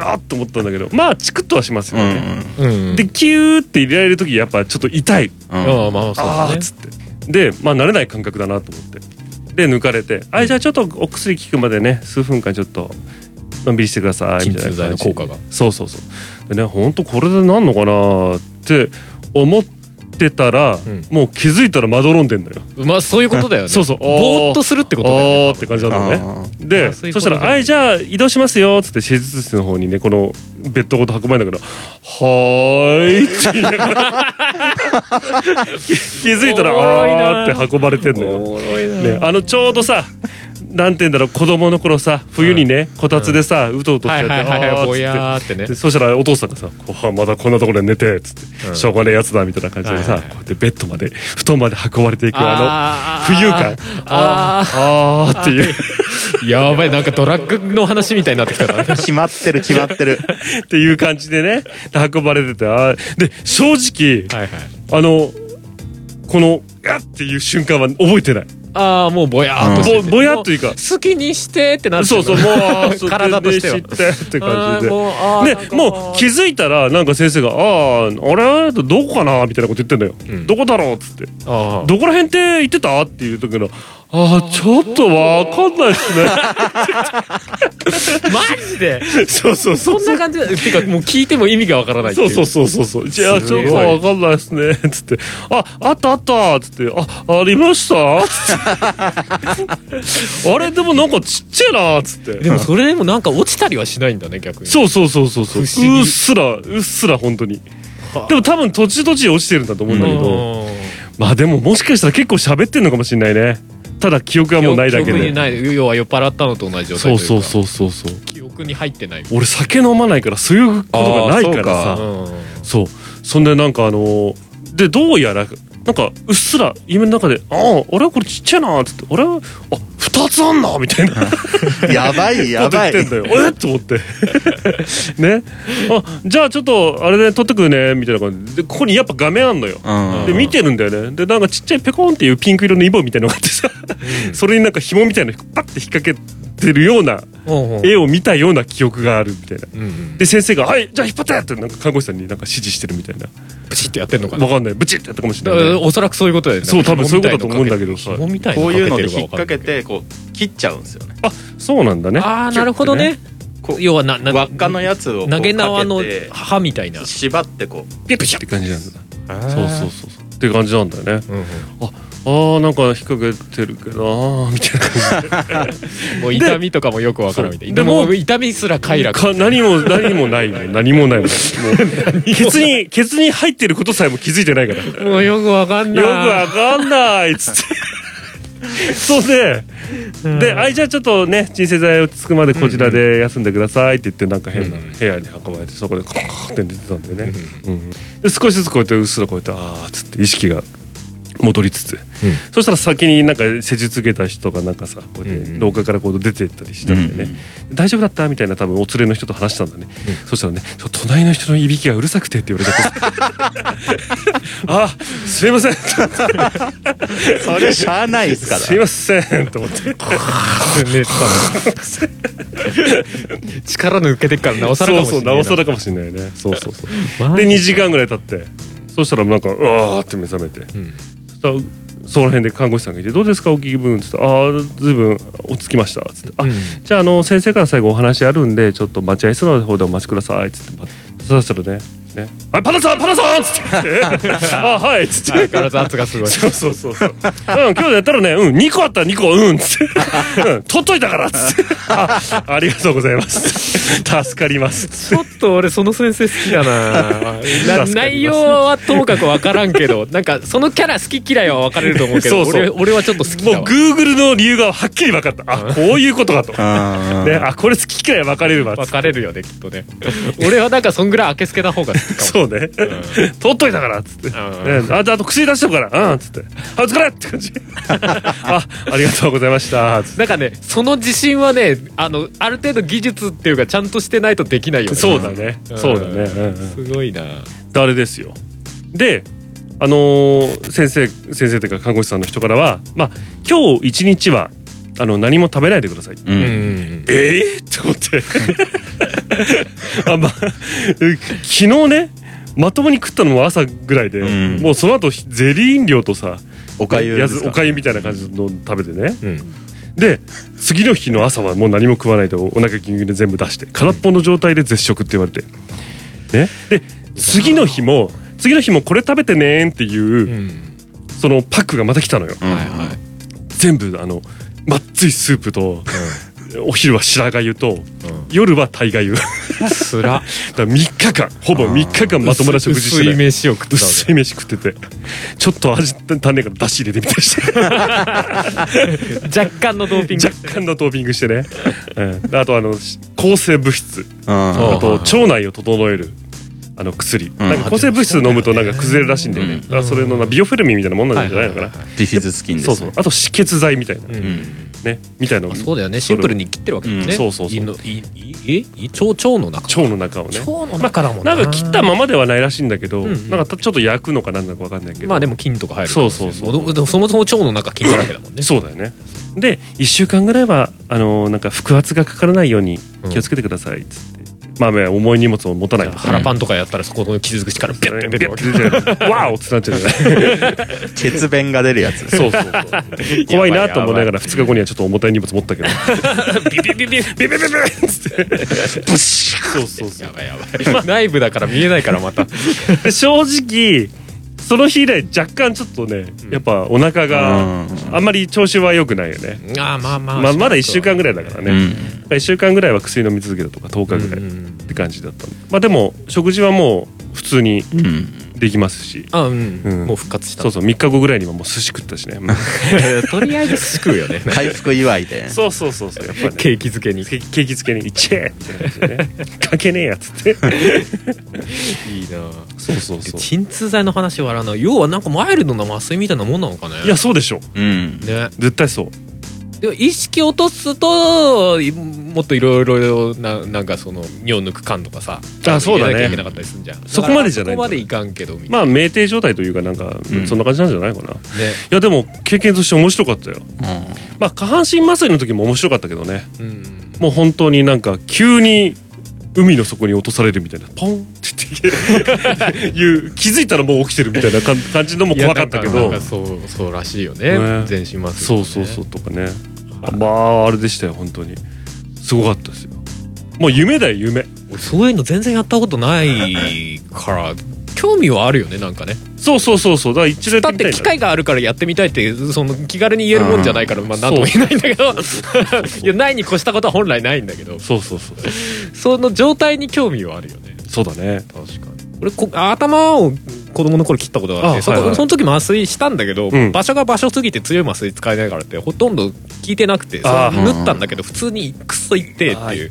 [SPEAKER 2] あっと思ったんだけどまあチクッとはしますよ
[SPEAKER 3] うん
[SPEAKER 2] ね、
[SPEAKER 1] うん
[SPEAKER 2] でキューって入れられる時やっぱちょっと痛い
[SPEAKER 3] うんうん
[SPEAKER 1] ああまあそう
[SPEAKER 2] あ
[SPEAKER 1] だ
[SPEAKER 2] ー
[SPEAKER 1] ね
[SPEAKER 2] っつってでまあ慣れない感覚だなと思ってで抜かれて「あじゃあちょっとお薬効くまでね数分間ちょっとのんびりしてください」み
[SPEAKER 1] 鎮
[SPEAKER 2] たい
[SPEAKER 1] 痛
[SPEAKER 2] な
[SPEAKER 1] 剤
[SPEAKER 2] 感
[SPEAKER 1] の
[SPEAKER 2] じ
[SPEAKER 1] 効果が
[SPEAKER 2] そうそうそうでねほんとこれでなんのかなって思ってたら、
[SPEAKER 1] ん
[SPEAKER 2] もう気づいたらまどろんでんだよ
[SPEAKER 1] まあそういうことだよね
[SPEAKER 2] そうそう
[SPEAKER 1] ぼーっとするってことだよね
[SPEAKER 2] あーって感じなんだ
[SPEAKER 3] あ
[SPEAKER 2] よねで
[SPEAKER 1] あそういう
[SPEAKER 2] そ
[SPEAKER 1] こ
[SPEAKER 2] し
[SPEAKER 1] と
[SPEAKER 2] た
[SPEAKER 1] だ
[SPEAKER 2] ら「はいじゃあ移動しますよ」っつって手術室の方にねこのベッドごと運ばれんだけど「はーい」 って言いながら気気づいたら「
[SPEAKER 1] おもろいな
[SPEAKER 2] あー」って運ばれてんのよ、
[SPEAKER 1] もろいな
[SPEAKER 2] ね、あのちょうどさなんて言うんだろう子供の頃さ冬にね、こたつでさうとうとし
[SPEAKER 1] は
[SPEAKER 2] て
[SPEAKER 1] い
[SPEAKER 2] て
[SPEAKER 1] はいはい
[SPEAKER 2] あ
[SPEAKER 1] はい
[SPEAKER 2] ーっつっ
[SPEAKER 1] ぼ
[SPEAKER 2] て
[SPEAKER 1] やーってね
[SPEAKER 2] でそしたらお父さんがさ「あまだこんなところで寝て」っつって、しょうがねえやつだ」みたいな感じでさ、
[SPEAKER 1] はいはいはい
[SPEAKER 2] こうやってベッドまで布団まで運ばれていくあ
[SPEAKER 1] あー
[SPEAKER 2] の浮遊感
[SPEAKER 1] あ
[SPEAKER 2] あーあーっていう
[SPEAKER 1] やばいなんかドラッグの話みたいになってきたな
[SPEAKER 3] 決まってる決まってる
[SPEAKER 2] っていう感じでね運ばれててあーで正直、
[SPEAKER 1] はいはい
[SPEAKER 2] あのこの「やっ!」っていう瞬間は覚えてない
[SPEAKER 1] ああもうぼやーっとして
[SPEAKER 2] ぼぼやっというか
[SPEAKER 1] 好きにしてってなって
[SPEAKER 2] そうそうもうあ ーそう
[SPEAKER 1] 体としては
[SPEAKER 2] 全然知ってって感じ
[SPEAKER 1] あー
[SPEAKER 2] で。
[SPEAKER 1] もうあー
[SPEAKER 2] で
[SPEAKER 1] なんか
[SPEAKER 2] もう気づいたらなんか先生が「あああれどこかな?」みたいなこと言ってんだよ「
[SPEAKER 1] ん
[SPEAKER 2] どこだろう?」っつって
[SPEAKER 1] あ
[SPEAKER 2] どこら辺って言ってたっていう時の、ああ、ちょっとわかんないっ すね。
[SPEAKER 1] ーマジで
[SPEAKER 2] そうそうそ
[SPEAKER 1] そ。
[SPEAKER 2] うん
[SPEAKER 1] な感じだ てかもう聞いても意味がわからないって
[SPEAKER 2] そ
[SPEAKER 1] いうう
[SPEAKER 2] そうそうそうそう。じゃあ、
[SPEAKER 1] す
[SPEAKER 2] ち
[SPEAKER 1] ご
[SPEAKER 2] ょっ
[SPEAKER 1] い
[SPEAKER 2] とわかんないっすね。 つって、あ、あったあったつって、あ、ありましたつって。あ れ、でもなんかちっちゃいなつって。
[SPEAKER 1] でもそれでもなんか落ちたりはしないんだね逆に
[SPEAKER 2] そうそうそうそうそう。う
[SPEAKER 1] 不思議
[SPEAKER 2] っすら、うっすら本当に
[SPEAKER 1] はあ。
[SPEAKER 2] でも多分途中途中落ちてるんだと思うんだけど。
[SPEAKER 1] うん
[SPEAKER 2] まあでももしかしたら結構喋ってんのかもしれないね。ただ記憶はもうないだけ
[SPEAKER 1] 記憶
[SPEAKER 2] で
[SPEAKER 1] に。ない要は酔っ払ったのと同じ状態と
[SPEAKER 2] そ
[SPEAKER 1] いううか
[SPEAKER 2] そうそうそうそう。
[SPEAKER 1] 記憶に入ってないみたい
[SPEAKER 2] 俺酒飲まないからそういうことがないから
[SPEAKER 3] あ
[SPEAKER 1] な
[SPEAKER 2] さ
[SPEAKER 1] うん
[SPEAKER 2] そうそんでなんかあのーでどうやらなんかうっすら夢の中で「ああ俺はこれちっちゃいな」っつって「俺はあ二2つあんなみたいな
[SPEAKER 3] やば い やばい
[SPEAKER 2] こと言ってんだよえっと思って ねあじゃあちょっとあれね撮ってくるねみたいな感じででここにやっぱ画面あんのよ、
[SPEAKER 3] うん
[SPEAKER 2] で見てるんだよねでなんかちっちゃいペコンっていうピンク色のイボみたいなのがあってさ、それになんか紐みたいなのパッて引っ掛けてるような絵
[SPEAKER 1] を、
[SPEAKER 2] を見たような記憶があるみたいな
[SPEAKER 1] うんうん、
[SPEAKER 2] で先生が「はいじゃあ引っ張って!」ってなんか看護師さんになんか指示してるみたいな
[SPEAKER 1] プチってやってんのかな
[SPEAKER 2] わかんないブチってやったかもし
[SPEAKER 1] だ
[SPEAKER 2] れ
[SPEAKER 1] か
[SPEAKER 2] ない
[SPEAKER 1] ら
[SPEAKER 2] ね
[SPEAKER 1] おそらくそういうことだよね
[SPEAKER 2] そう多分そういうことだと思うんだけどさ
[SPEAKER 1] 紐みたい
[SPEAKER 3] こ
[SPEAKER 1] の
[SPEAKER 3] う
[SPEAKER 1] か
[SPEAKER 3] いうの
[SPEAKER 1] けて
[SPEAKER 3] で
[SPEAKER 1] るか
[SPEAKER 3] 引
[SPEAKER 1] わ
[SPEAKER 3] っ
[SPEAKER 1] かんな
[SPEAKER 3] 掛けてこう切っちゃうんですよね
[SPEAKER 2] あそうなんだね
[SPEAKER 1] ああなるほどね
[SPEAKER 3] こう
[SPEAKER 1] 要はなな
[SPEAKER 3] 輪っかのやつをこう
[SPEAKER 1] 投げ縄の
[SPEAKER 3] かけて
[SPEAKER 1] 歯みたいな
[SPEAKER 3] 縛ってこう
[SPEAKER 2] ピュッピュッって感じなんだそうそう
[SPEAKER 1] う
[SPEAKER 2] そうそうって感じなんだよね
[SPEAKER 1] ん
[SPEAKER 2] あーなんか引っ掛けてるけどあーみたいな感じ
[SPEAKER 1] うん、もう痛みとかもよくわからんみたいな
[SPEAKER 2] で
[SPEAKER 1] で
[SPEAKER 2] も
[SPEAKER 1] も痛みすら快楽
[SPEAKER 2] か何も何もないの何もないのもうケツにケツに入ってることさえも気づいてないからよ
[SPEAKER 1] もうよくわかん
[SPEAKER 2] くわかんないっつってそうで、で「あいじゃあちょっとね鎮静剤落ち着くまでこちらで休んでください」って言ってなんか変な
[SPEAKER 1] うん
[SPEAKER 2] 部屋に運ばれてそこでコーって寝てたんだよね、うんで少しずつこうやってうっすらこうやってああっつって意識が戻りつつ、そしたら先になんか施術受けた人がなんかさこうやって廊下からこう出てったりしたんだよね、大丈夫だったみたいな多分お連れの人と話したんだね、そしたらね「ちょ隣の人のいびきがうるさくて」って言われちゃって あーすいません」
[SPEAKER 3] それしゃあない ですか
[SPEAKER 2] すいません」と思って
[SPEAKER 1] 寝てたの力抜けてっからなおさらかもし
[SPEAKER 2] そ
[SPEAKER 1] れ
[SPEAKER 2] うそう
[SPEAKER 1] ない
[SPEAKER 2] な
[SPEAKER 1] な
[SPEAKER 2] おさらかもしれないねそうそうそう
[SPEAKER 1] マジ
[SPEAKER 2] で2時間ぐらい経ってそしたらなんかうわーって目覚めて、
[SPEAKER 1] ん
[SPEAKER 2] そしたらその辺で看護師さんがいて「どうですかお気分」っつって「ああずいぶん落ち着きました」っつって「あ、
[SPEAKER 1] うん
[SPEAKER 2] じゃああの先生から最後お話あるんでちょっと待合室の方でお待ちください」っつってそしたらね「ねあパナさんパナさん!」っつ って「あはい」っつって。
[SPEAKER 1] 体圧がすごい
[SPEAKER 2] そうそうそうそう。うん、今日やったらね、うん、2個あった、2個、うん、つって。うん、取っといたから、つって。あ、ありがとうございます。助かります。
[SPEAKER 1] ちょっと俺その先生好きだなな
[SPEAKER 2] ま す
[SPEAKER 1] 内容はともかく分からんけどなんかそのキャラ好き嫌いは分かれると思うけど
[SPEAKER 2] そうそう
[SPEAKER 1] 俺俺はちょっと好きだ
[SPEAKER 2] もう
[SPEAKER 1] わ
[SPEAKER 2] Google の理由がはっきり分かったあこういうことかと、
[SPEAKER 3] ら
[SPEAKER 2] ね、あこれ好き嫌い分かれるわ
[SPEAKER 1] 分かれるよねきっとね俺はなんかそんぐらい明けすけた方が好きかも
[SPEAKER 2] そうね、取っといたからっつって、ね、あじゃああと薬出しとくからうんっつって「あお疲れ!」って 感じあありがとうございましたつって
[SPEAKER 1] なんかねその自信はねあのある程度技術っていうかちゃんとしてないとできないよね
[SPEAKER 2] そうだね、
[SPEAKER 1] ん
[SPEAKER 2] そうだね、うんうん
[SPEAKER 1] すごいな
[SPEAKER 2] であれですよであのー先生先生というか看護師さんの人からはまあ今日一日はあの何も食べないでください、
[SPEAKER 3] うん
[SPEAKER 1] ん
[SPEAKER 2] ええって 思ってあ、まあ、う昨日ねまともに食ったのも朝ぐらいで、
[SPEAKER 3] ん
[SPEAKER 2] もうその後ゼリー飲料とさ
[SPEAKER 3] おかゆ
[SPEAKER 2] や
[SPEAKER 3] で
[SPEAKER 2] つ
[SPEAKER 3] す
[SPEAKER 2] お
[SPEAKER 3] か
[SPEAKER 2] かゆみたいな感じの食べてね
[SPEAKER 1] うん
[SPEAKER 2] で次の日の朝はもう何も食わないでおお腹ギンギンで全部出して空っぽの状態で絶食って言われて、ね、で次の日も次の日もこれ食べてねーんっていう、
[SPEAKER 1] うん
[SPEAKER 2] そのパックがまた来たのよ、
[SPEAKER 3] うん
[SPEAKER 1] はいはい
[SPEAKER 2] 全部あのまっついスープと、お昼は白粥と、
[SPEAKER 1] ん
[SPEAKER 2] 夜は鯛粥
[SPEAKER 1] つら
[SPEAKER 2] だから3日間ほぼ3日 間まともな食事して
[SPEAKER 1] 薄
[SPEAKER 2] ないい
[SPEAKER 1] 飯を食ってたわ
[SPEAKER 2] 薄い飯食っててちょっと味足んねえから出汁入れてみたりして
[SPEAKER 1] け若干のド ーピング
[SPEAKER 2] 若干のトーピングしてね、 うん、あとあの抗生物質
[SPEAKER 3] うん
[SPEAKER 2] あと腸内を整えるあの薬、なんか抗生物質飲むとなんか崩れるらしいんだよね、だからそれのなビオフェルミンみたいなもんなんじゃないのかな、
[SPEAKER 3] ディフィズスキンです
[SPEAKER 2] そうそうあと止血剤みたいな、
[SPEAKER 3] うん
[SPEAKER 2] ねみたいなの
[SPEAKER 1] そうだよねシンプルに切ってるわけだよね、
[SPEAKER 2] うんそうそうそう
[SPEAKER 1] 胃の胃胃え胃腸腸の中
[SPEAKER 2] 腸の中をね
[SPEAKER 1] 腸の中だもん
[SPEAKER 2] な
[SPEAKER 1] な,、
[SPEAKER 2] んか切ったままではないらしいんだけど、
[SPEAKER 1] んうん
[SPEAKER 2] なんかたちょっと焼くのかなんだかわかんないけど、
[SPEAKER 1] まあでも菌とか入る
[SPEAKER 2] そうそうそう
[SPEAKER 1] もともとそもそも腸の中菌だらけだもんね
[SPEAKER 2] そうだよねで1週間ぐらいはあのーなんか腹圧がかからないように気をつけてくださいっつって、まあまあ重い荷物を持たない とか
[SPEAKER 1] 腹パンとかやったらそこの傷口からビュッて出てるわけ
[SPEAKER 2] わおってなっちゃうじゃない
[SPEAKER 3] 血便が出るやつ
[SPEAKER 2] そうそうそう怖いなと思いながら2日後にはちょっと重たい荷物持ったけどビビビビビビビビビッつってブシッそうそうそう
[SPEAKER 1] やばいやばい内部だから見えないからまた
[SPEAKER 2] で正直その日以来若干ちょっとねやっぱお腹が
[SPEAKER 3] うん
[SPEAKER 2] あんまり調子は良くないよね
[SPEAKER 1] ああまあまあ
[SPEAKER 2] まあ、まだ1週間ぐらいだからね、
[SPEAKER 3] うん
[SPEAKER 2] 1週間ぐらいは薬飲み続けたとか10日ぐらいって感じだったのまあでも食事はもう普通に
[SPEAKER 3] うん
[SPEAKER 2] できますし、
[SPEAKER 1] あうん、
[SPEAKER 2] うん
[SPEAKER 1] もう復活した
[SPEAKER 2] そうそう3日後ぐらいにはもう寿司食ったしね
[SPEAKER 1] とりあえずすくうよね
[SPEAKER 3] 回復祝いで
[SPEAKER 2] そうそうそうそうやっぱり、
[SPEAKER 1] ケ
[SPEAKER 2] ね
[SPEAKER 1] ーキ漬けに
[SPEAKER 2] ケケーキ漬けに「いっちえ!」って感じでね「かけねえや」っつって
[SPEAKER 1] いいなぁ
[SPEAKER 2] そうそうそう
[SPEAKER 1] 鎮痛剤の話はあらない要はなんかマイルドな麻酔みたいなもんなのかね
[SPEAKER 2] いやそうでしょう
[SPEAKER 3] うん
[SPEAKER 1] ね
[SPEAKER 2] 絶対そう
[SPEAKER 1] でも意識落とすといもっといろいろななんかその尿抜く感とかさ
[SPEAKER 2] あそうだね
[SPEAKER 1] 入れなきゃいけなかったりするんじゃん
[SPEAKER 2] そこまでじゃない
[SPEAKER 1] だからそこまでいかんけどみたいな、
[SPEAKER 2] まあ酩酊状態というかなんか、
[SPEAKER 3] うん
[SPEAKER 2] そんな感じなんじゃないかな、い
[SPEAKER 1] ね
[SPEAKER 2] やでも経験として面白かったよ
[SPEAKER 3] うん
[SPEAKER 2] まあ下半身麻酔の時も面白かったけどね
[SPEAKER 1] うん
[SPEAKER 2] もう本当になんか急に海の底に落とされるみたいなポンって言っていう気づいたらもう起きてるみたいな感感じのも怖かったけ
[SPEAKER 1] いやなん
[SPEAKER 2] ど
[SPEAKER 1] なんかそうそうらしいよね
[SPEAKER 2] ね
[SPEAKER 1] 全身麻酔とかね
[SPEAKER 2] そうそうそうとかねまああれでしたよ本当にすごかったですよもう夢だよ夢
[SPEAKER 1] 俺そういうの全然やったことないから興味はあるよねなんかね
[SPEAKER 2] そうそうそうそうだから一度や
[SPEAKER 1] だ
[SPEAKER 2] っ
[SPEAKER 1] って
[SPEAKER 2] みた
[SPEAKER 1] て
[SPEAKER 2] い
[SPEAKER 1] 機
[SPEAKER 2] な
[SPEAKER 1] 会があるからやってみたいってその気軽に言えるもんじゃないから、まあ何とも言えないんだけど いやないに越したことは本来ないんだけど
[SPEAKER 2] そうそうそう
[SPEAKER 1] その状態に興味はあるよね
[SPEAKER 2] そうだね
[SPEAKER 1] 確かに俺こ頭を子供の頃切ったことがあって
[SPEAKER 2] あ
[SPEAKER 1] そこ
[SPEAKER 2] はいはい
[SPEAKER 1] その時麻酔したんだけど、
[SPEAKER 2] うん
[SPEAKER 1] 場所が場所すぎて強い麻酔使えないからってほとんど効いてなくてそ
[SPEAKER 2] あ
[SPEAKER 1] れ
[SPEAKER 2] ー
[SPEAKER 1] 縫ったんだけど普通にクッソいってっていう
[SPEAKER 2] あーいよね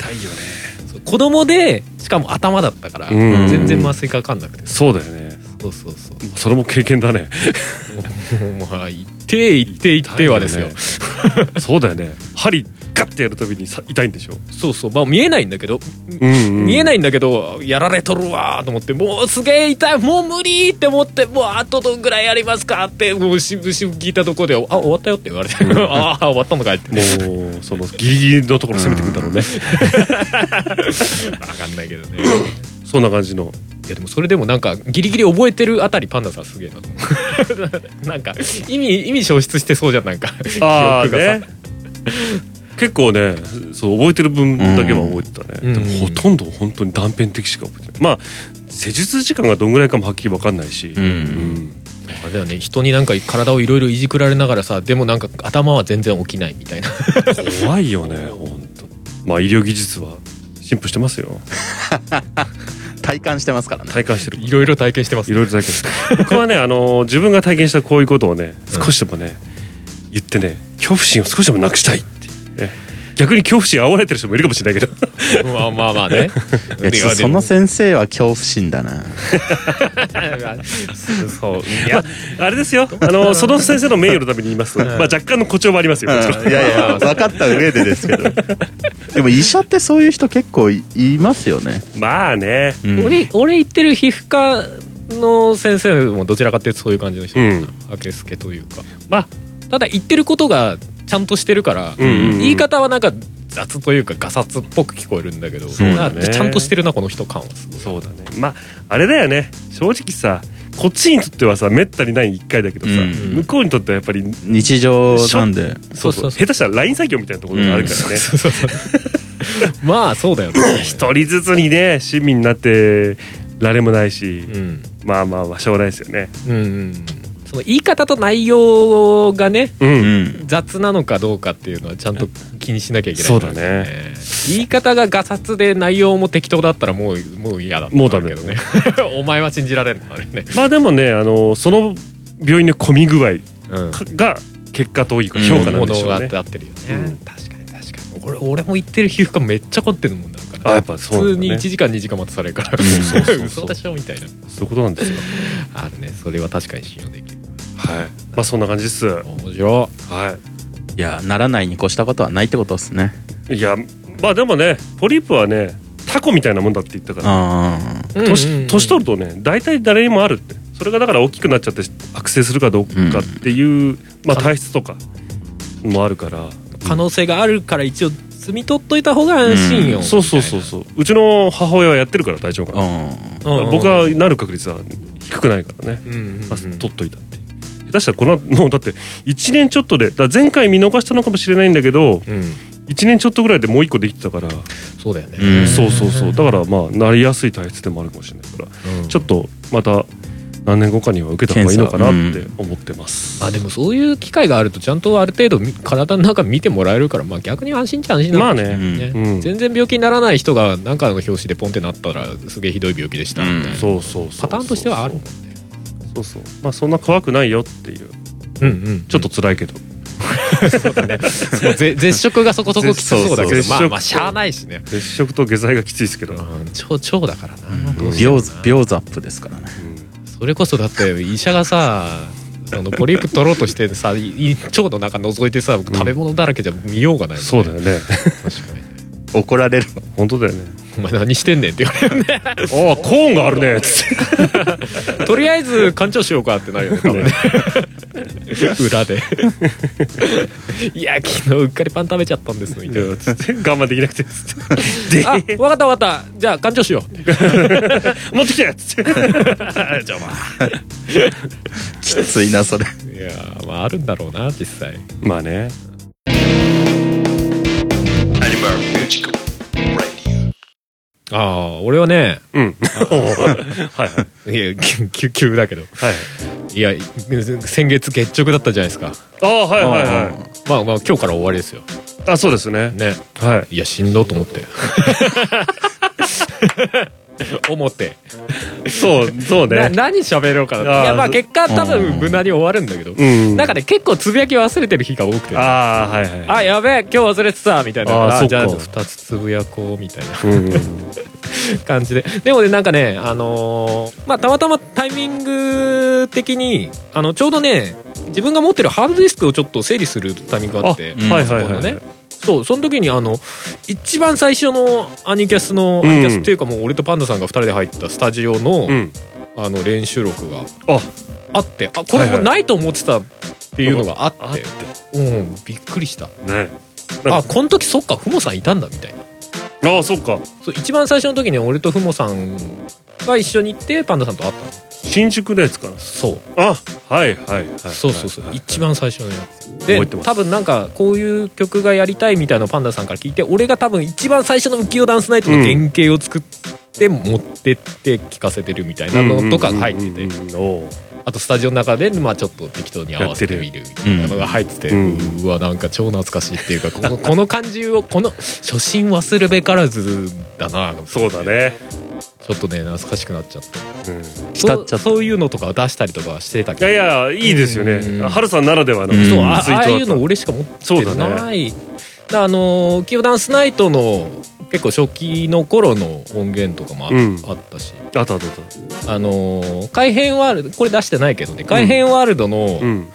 [SPEAKER 1] そう子供でしかも頭だったから、
[SPEAKER 2] うん
[SPEAKER 1] 全然麻酔かかんなくて
[SPEAKER 2] そうだよね
[SPEAKER 1] そうそうそう
[SPEAKER 2] それも経験だ ね
[SPEAKER 1] まあ行って行って行ってはですよ
[SPEAKER 2] そうだよね針ガッてやるたびにさ痛いんでしょ、
[SPEAKER 1] そうそうまあ見えないんだけど、
[SPEAKER 2] うん
[SPEAKER 1] 見えないいんだけどやられとるわーと思ってもうすげえ痛いもう無理って思ってもうあとどんぐらいありますかってもうしぶしぶ聞いたところで「あ終わったよ」って言われて「 ああ終わったのかい」って
[SPEAKER 2] もうそのギリギリのところ攻めてくるんだろうね、
[SPEAKER 1] 分かんないけどね
[SPEAKER 2] そんな感じの
[SPEAKER 1] いやでもそれでもなんかギリギリ覚えてるあたりパンダさんすげえなと思う なんか意味意味消失してそうじゃんなんか
[SPEAKER 2] ああ
[SPEAKER 1] 記憶がさ
[SPEAKER 2] ね結構ねそう覚えてる分だけは覚えてたね、
[SPEAKER 1] うん
[SPEAKER 2] でもほとんど本当に断片的しか覚えてないまあ施術時間がどんぐらいかもはっきり分かんないし、
[SPEAKER 3] うん
[SPEAKER 1] あれだよね人になんか体をいろいろいじくられながらさでもなんか頭は全然起きないみたいな
[SPEAKER 2] 怖いよね本当まあ医療技術は進歩してますよ
[SPEAKER 3] 体感してますからね
[SPEAKER 2] 体感してる
[SPEAKER 1] いろいろ体験してます
[SPEAKER 2] いろいろ体験してる僕はねあの自分が体験したこういうことをね少しでもね、言ってね恐怖心を少しでもなくしたいっていうね逆に恐怖心煽られてる人もいるかもしれないけど
[SPEAKER 1] まあまあまあね
[SPEAKER 3] いやちょっとその先生は恐怖心だな
[SPEAKER 1] そうい
[SPEAKER 2] まああれですよあのその先生の名誉のために言いますと、まあ、若干の誇張もありますよ、もちろん
[SPEAKER 3] いやい や分かった上でですけどでも医者ってそういう人結構いいますよね、
[SPEAKER 2] まあね
[SPEAKER 3] うん、
[SPEAKER 1] 俺俺言ってる皮膚科の先生もどちらかっていうとそういう感じの人
[SPEAKER 2] うん
[SPEAKER 1] あけすけというか
[SPEAKER 2] まあ
[SPEAKER 1] ただ言ってることがちゃんとしてるから、
[SPEAKER 2] うんうんうん
[SPEAKER 1] 言い方はなんか雑というかガサツっぽく聞こえるんだけど
[SPEAKER 2] そう
[SPEAKER 1] な
[SPEAKER 2] だね
[SPEAKER 1] んかちゃんとしてるなこの人感はすごい
[SPEAKER 2] そうだねまああれだよね正直さこっちにとってはさめったにない1回だけどさ、
[SPEAKER 3] うん
[SPEAKER 2] 向こうにとってはやっぱり
[SPEAKER 3] 日常なんで
[SPEAKER 2] そうそう
[SPEAKER 1] そうそう
[SPEAKER 2] 下手したら LINE 作業みたいなところがあるからね、
[SPEAKER 1] そうそうまあそうだよね
[SPEAKER 2] 一 人ずつにね市民になって誰もないし、
[SPEAKER 1] うん
[SPEAKER 2] まあまあまあしょうがないですよね
[SPEAKER 1] うんうんその言い方と内容がね
[SPEAKER 2] うん、
[SPEAKER 3] うん
[SPEAKER 1] 雑なのかどうかっていうのはちゃんと気にしなきゃいけない
[SPEAKER 2] そうだね
[SPEAKER 1] 言い方がガサツで内容も適当だったらもう もう嫌だ
[SPEAKER 2] もうダメ
[SPEAKER 1] だけどね お前は信じられんのあれね、
[SPEAKER 2] まあでもねあのその病院の混み具合
[SPEAKER 1] うん、
[SPEAKER 2] かが結果というか評価なん
[SPEAKER 1] 物
[SPEAKER 2] でしょう
[SPEAKER 1] が
[SPEAKER 2] ね、
[SPEAKER 1] 合ってるよね、
[SPEAKER 2] うん
[SPEAKER 1] 確かに確かに俺俺も行ってる皮膚科めっちゃ凝ってるもんなんか
[SPEAKER 2] あ
[SPEAKER 1] ら
[SPEAKER 2] やっぱそう
[SPEAKER 1] 普
[SPEAKER 2] な
[SPEAKER 1] 通
[SPEAKER 2] んだ
[SPEAKER 1] に1
[SPEAKER 2] ね
[SPEAKER 1] 時間2時間待たされるから
[SPEAKER 2] そうそうそう
[SPEAKER 1] 嘘でしょみたいな
[SPEAKER 2] そういうことなんですよ
[SPEAKER 1] あるねそれは確かに信用できる
[SPEAKER 2] はいまあそんな感じですは
[SPEAKER 1] 面白
[SPEAKER 3] いやならないに越したことはないってことですね
[SPEAKER 2] いいやまあでもねポリープはねタコみたいなもんだって言ったから
[SPEAKER 3] あ
[SPEAKER 1] い
[SPEAKER 2] 年,、
[SPEAKER 1] うんうんうん
[SPEAKER 2] 年取るとね大体誰にもあるってそれがだから大きくなっちゃって悪性するかどうかっていう、まあ体質とかもあるから
[SPEAKER 1] 可能性があるから一応摘み取っといた方が安心よ、
[SPEAKER 3] うん
[SPEAKER 2] そうそうそうそううちの母親はやってるから大丈夫
[SPEAKER 3] あ
[SPEAKER 2] かな、
[SPEAKER 3] う
[SPEAKER 2] 僕はなる確率は低くないからね、
[SPEAKER 1] うんうんうん
[SPEAKER 2] まあ取っといたっていう下手したらこのもうだって1年ちょっとでだから前回見逃したのかもしれないんだけど
[SPEAKER 1] うん
[SPEAKER 2] 1年ちょっとぐらいでもう1個できてたから、
[SPEAKER 1] そうだよね、
[SPEAKER 3] うん
[SPEAKER 2] そうそうそうだからまあなりやすい体質でもあるかもしれないから、
[SPEAKER 1] うん
[SPEAKER 2] ちょっとまた何年後かには受けた方がいいのかなっ
[SPEAKER 3] 検
[SPEAKER 2] て
[SPEAKER 3] 査
[SPEAKER 2] 思ってます、
[SPEAKER 1] まあでもそういう機会があるとちゃんとある程度み体の中見てもらえるからまあ逆に安心っちゃ安心
[SPEAKER 2] ま
[SPEAKER 1] な
[SPEAKER 2] あ
[SPEAKER 1] んだ
[SPEAKER 2] ね、
[SPEAKER 1] けど
[SPEAKER 3] ね
[SPEAKER 1] ね
[SPEAKER 2] うん
[SPEAKER 1] 全然病気にならない人が何かの拍子でポンってなったらすげえひどい病気でしたみたいな、
[SPEAKER 3] うん
[SPEAKER 2] そうそうそう
[SPEAKER 1] パターンとしてはあるもんね
[SPEAKER 2] そうそうまあそんな怖くないよっていう
[SPEAKER 1] うんうん
[SPEAKER 2] ちょっと辛いけど、
[SPEAKER 1] そうぜ絶食がそこそこきつそうだけ
[SPEAKER 2] 絶
[SPEAKER 1] ど
[SPEAKER 2] 食
[SPEAKER 1] まあまあしゃあないしね
[SPEAKER 2] 接触と下剤がきついですけど、うん
[SPEAKER 1] 腸腸だからな、
[SPEAKER 3] ん秒秒ザップですからね
[SPEAKER 1] それこそだって医者がさそのポリープ取ろうとしてさいい腸の中覗いてさ僕食べ物だらけじゃ見ようがないもんね、
[SPEAKER 2] そうだよね。
[SPEAKER 1] 確かに
[SPEAKER 3] 怒られる
[SPEAKER 2] 本当だよね。
[SPEAKER 1] お前何してんねんって言われるね
[SPEAKER 2] ああ、コーンがあるね。つって。
[SPEAKER 1] とりあえず勘定しようかってなるよね多分ね裏でいや昨日うっかりパン食べちゃったんですみたいな
[SPEAKER 2] つって我慢できなくて。つって。で、
[SPEAKER 1] あ分かった分かったじゃあ勘定しよう
[SPEAKER 2] 持ってきて。つって。じゃあまあ。
[SPEAKER 3] きついなそれ
[SPEAKER 1] いやーまああるんだろうな実際
[SPEAKER 2] まあね。
[SPEAKER 1] ああ俺はね
[SPEAKER 2] うん。はいはい。
[SPEAKER 1] いや急急急だけど
[SPEAKER 2] はい。
[SPEAKER 1] いや先月月食だったじゃないですか
[SPEAKER 2] ああ、はいはいは
[SPEAKER 1] まあまあ今日から終わりですよ
[SPEAKER 2] い。あ、そうですね。
[SPEAKER 1] ね
[SPEAKER 2] はい。
[SPEAKER 1] いやしんどと思って 思って、
[SPEAKER 2] そう、そう
[SPEAKER 1] な
[SPEAKER 2] ね。
[SPEAKER 1] 何喋ろうかな
[SPEAKER 2] あー
[SPEAKER 1] いやまあ結果多分無難に終わるんだけど、
[SPEAKER 2] うん。
[SPEAKER 1] なんかね結構つぶやき忘れてる日が多くてあ
[SPEAKER 2] ああ、はいはい。
[SPEAKER 1] やべえ今日忘れてたみたいな
[SPEAKER 2] あ
[SPEAKER 1] あ
[SPEAKER 2] ーそっか
[SPEAKER 1] じゃあ2つつぶやこうみたいな
[SPEAKER 2] うんうん
[SPEAKER 1] 感じででもねなんかねあのーまあたまたまタイミング的にあのちょうどね自分が持ってるハードディスクをちょっと整理するタイミングがあって
[SPEAKER 3] ん
[SPEAKER 2] はいはい
[SPEAKER 1] そこの
[SPEAKER 2] はい
[SPEAKER 1] ね。そうその時にあの一番最初のアニキャスの、
[SPEAKER 2] うん
[SPEAKER 1] アニキャスっていうかもう俺とパンダさんが2人で入ったスタジオの,、
[SPEAKER 2] うん。
[SPEAKER 1] あの練習録が
[SPEAKER 2] あ、
[SPEAKER 1] あってあこれもうないと思ってたっていうのがあって,、
[SPEAKER 2] あって。
[SPEAKER 1] うん、びっくりした
[SPEAKER 2] ね。
[SPEAKER 1] あこの時そっかふもさんいたんだみたいな
[SPEAKER 2] ああ、そっか。
[SPEAKER 1] そう一番最初の時に俺とふもさんが一緒に行ってパンダさんと会ったの
[SPEAKER 2] 新宿のやつかな。
[SPEAKER 1] そう
[SPEAKER 2] あ、はいはいはい。
[SPEAKER 1] そうそうそう、
[SPEAKER 2] はい
[SPEAKER 1] 一番最初のやつ
[SPEAKER 2] 覚
[SPEAKER 1] で
[SPEAKER 2] えてます
[SPEAKER 1] 多分なんかこういう曲がやりたいみたいなのをパンダさんから聞いて俺が多分一番最初の浮世ダンスナイトの原型を作って持ってって聞かせてるみたいなのとかが入ってて
[SPEAKER 2] て。おう
[SPEAKER 1] あとスタジオの中でまあちょっと適当に合わせてみるみたいなのが入ってて
[SPEAKER 2] う
[SPEAKER 1] うんーわなんか超懐かしいっていうかこの この感じをこの初心忘るべからずだな
[SPEAKER 2] そうだね。
[SPEAKER 1] ちょっとね懐かしくなっちゃった
[SPEAKER 2] うん
[SPEAKER 3] 浸っちゃった
[SPEAKER 1] そうそういうのとか出したりとかしてた
[SPEAKER 2] い
[SPEAKER 1] けど
[SPEAKER 2] やいや、いいですよね。
[SPEAKER 1] うん
[SPEAKER 2] ハルさんならではの。
[SPEAKER 3] ん
[SPEAKER 1] そう
[SPEAKER 2] うん
[SPEAKER 1] あ
[SPEAKER 2] ツイー
[SPEAKER 1] あ
[SPEAKER 2] ト
[SPEAKER 1] あ
[SPEAKER 2] だっ
[SPEAKER 1] い
[SPEAKER 2] た
[SPEAKER 1] うの俺しか持って
[SPEAKER 2] そうだ
[SPEAKER 1] ない。だあのー、キヨダンスナイトの結構初期の頃の音源とかもあ,、
[SPEAKER 2] うん
[SPEAKER 1] ったし、
[SPEAKER 2] あったあったあっ
[SPEAKER 1] あのー、改編ワールドこれ出してないけどね改編ワールドの、
[SPEAKER 2] た。うん。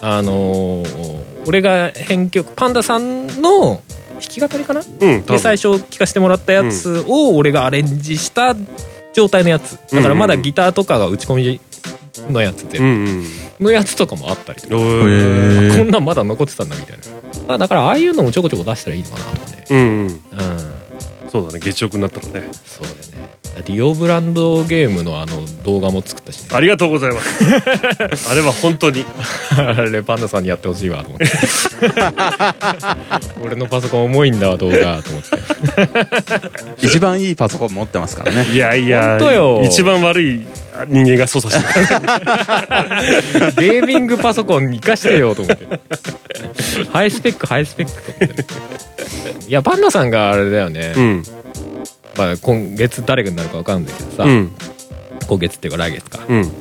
[SPEAKER 1] あのー俺が編曲パンダさんの弾き語りかな
[SPEAKER 2] うん。多
[SPEAKER 1] で
[SPEAKER 2] 分
[SPEAKER 1] 最初聴かせてもらったやつを俺がアレンジした状態のやつだからまだギターとかが打ち込みのやつで、
[SPEAKER 2] うんうん。
[SPEAKER 1] のやつとかもあったりとか
[SPEAKER 2] おー
[SPEAKER 3] へー
[SPEAKER 1] こんなんまだ残ってたんだみたいな。まあだからああいうのもちょこちょこ出したらいいのかなとかね。
[SPEAKER 2] うんうん。
[SPEAKER 1] うん。
[SPEAKER 2] そうだね。月食になったのね。
[SPEAKER 1] そうだよね。リオブランドゲームのあの動画も作ったしね。
[SPEAKER 2] ありがとうございます。 あれは本当に。
[SPEAKER 1] あれパンダさんにやってほしいわ と思って。俺のパソコン重いんだわ動画と思って。
[SPEAKER 3] 一番いいパソコン持ってますからね
[SPEAKER 2] いやいや
[SPEAKER 1] 本当よ、
[SPEAKER 2] 一番悪い人間が操作してる。
[SPEAKER 1] ゲーミングパソコンに活かしてよと思って。ハイスペックハイスペックと思って、いやパンダさんがあれだよね。
[SPEAKER 2] うん。
[SPEAKER 1] まあ今月誰になるかわかんないけどさ、
[SPEAKER 2] うん。
[SPEAKER 1] 今月っていうか来月か。
[SPEAKER 2] うん。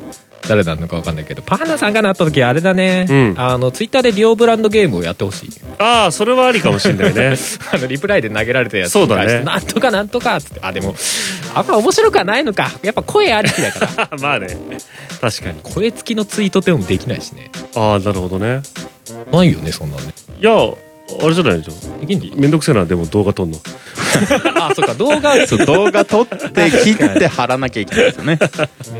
[SPEAKER 1] 誰なのか分かんないけどパンダさんがなった時あれだね、
[SPEAKER 2] うん
[SPEAKER 1] あのツイッターでリオブランドゲームをやってほしい
[SPEAKER 2] ああ、それはありかもしれない ね。
[SPEAKER 1] あのリプライで投げられたやつ
[SPEAKER 2] そうだね
[SPEAKER 1] に対してなんとかなんとかっつってあでもあんま面白くはないのかやっぱ声ありきだから
[SPEAKER 2] まあね。確かに。
[SPEAKER 1] 声付きのツイートでもできないしね
[SPEAKER 2] ああ、なるほどね。
[SPEAKER 1] ないよねそんなんね
[SPEAKER 2] いや、あれじゃないでしょ。
[SPEAKER 1] できんのか
[SPEAKER 2] めんどくせえな、でも動画撮んの。
[SPEAKER 1] なあそっか動画
[SPEAKER 3] そう動画撮って切って貼らなきゃいけないですよね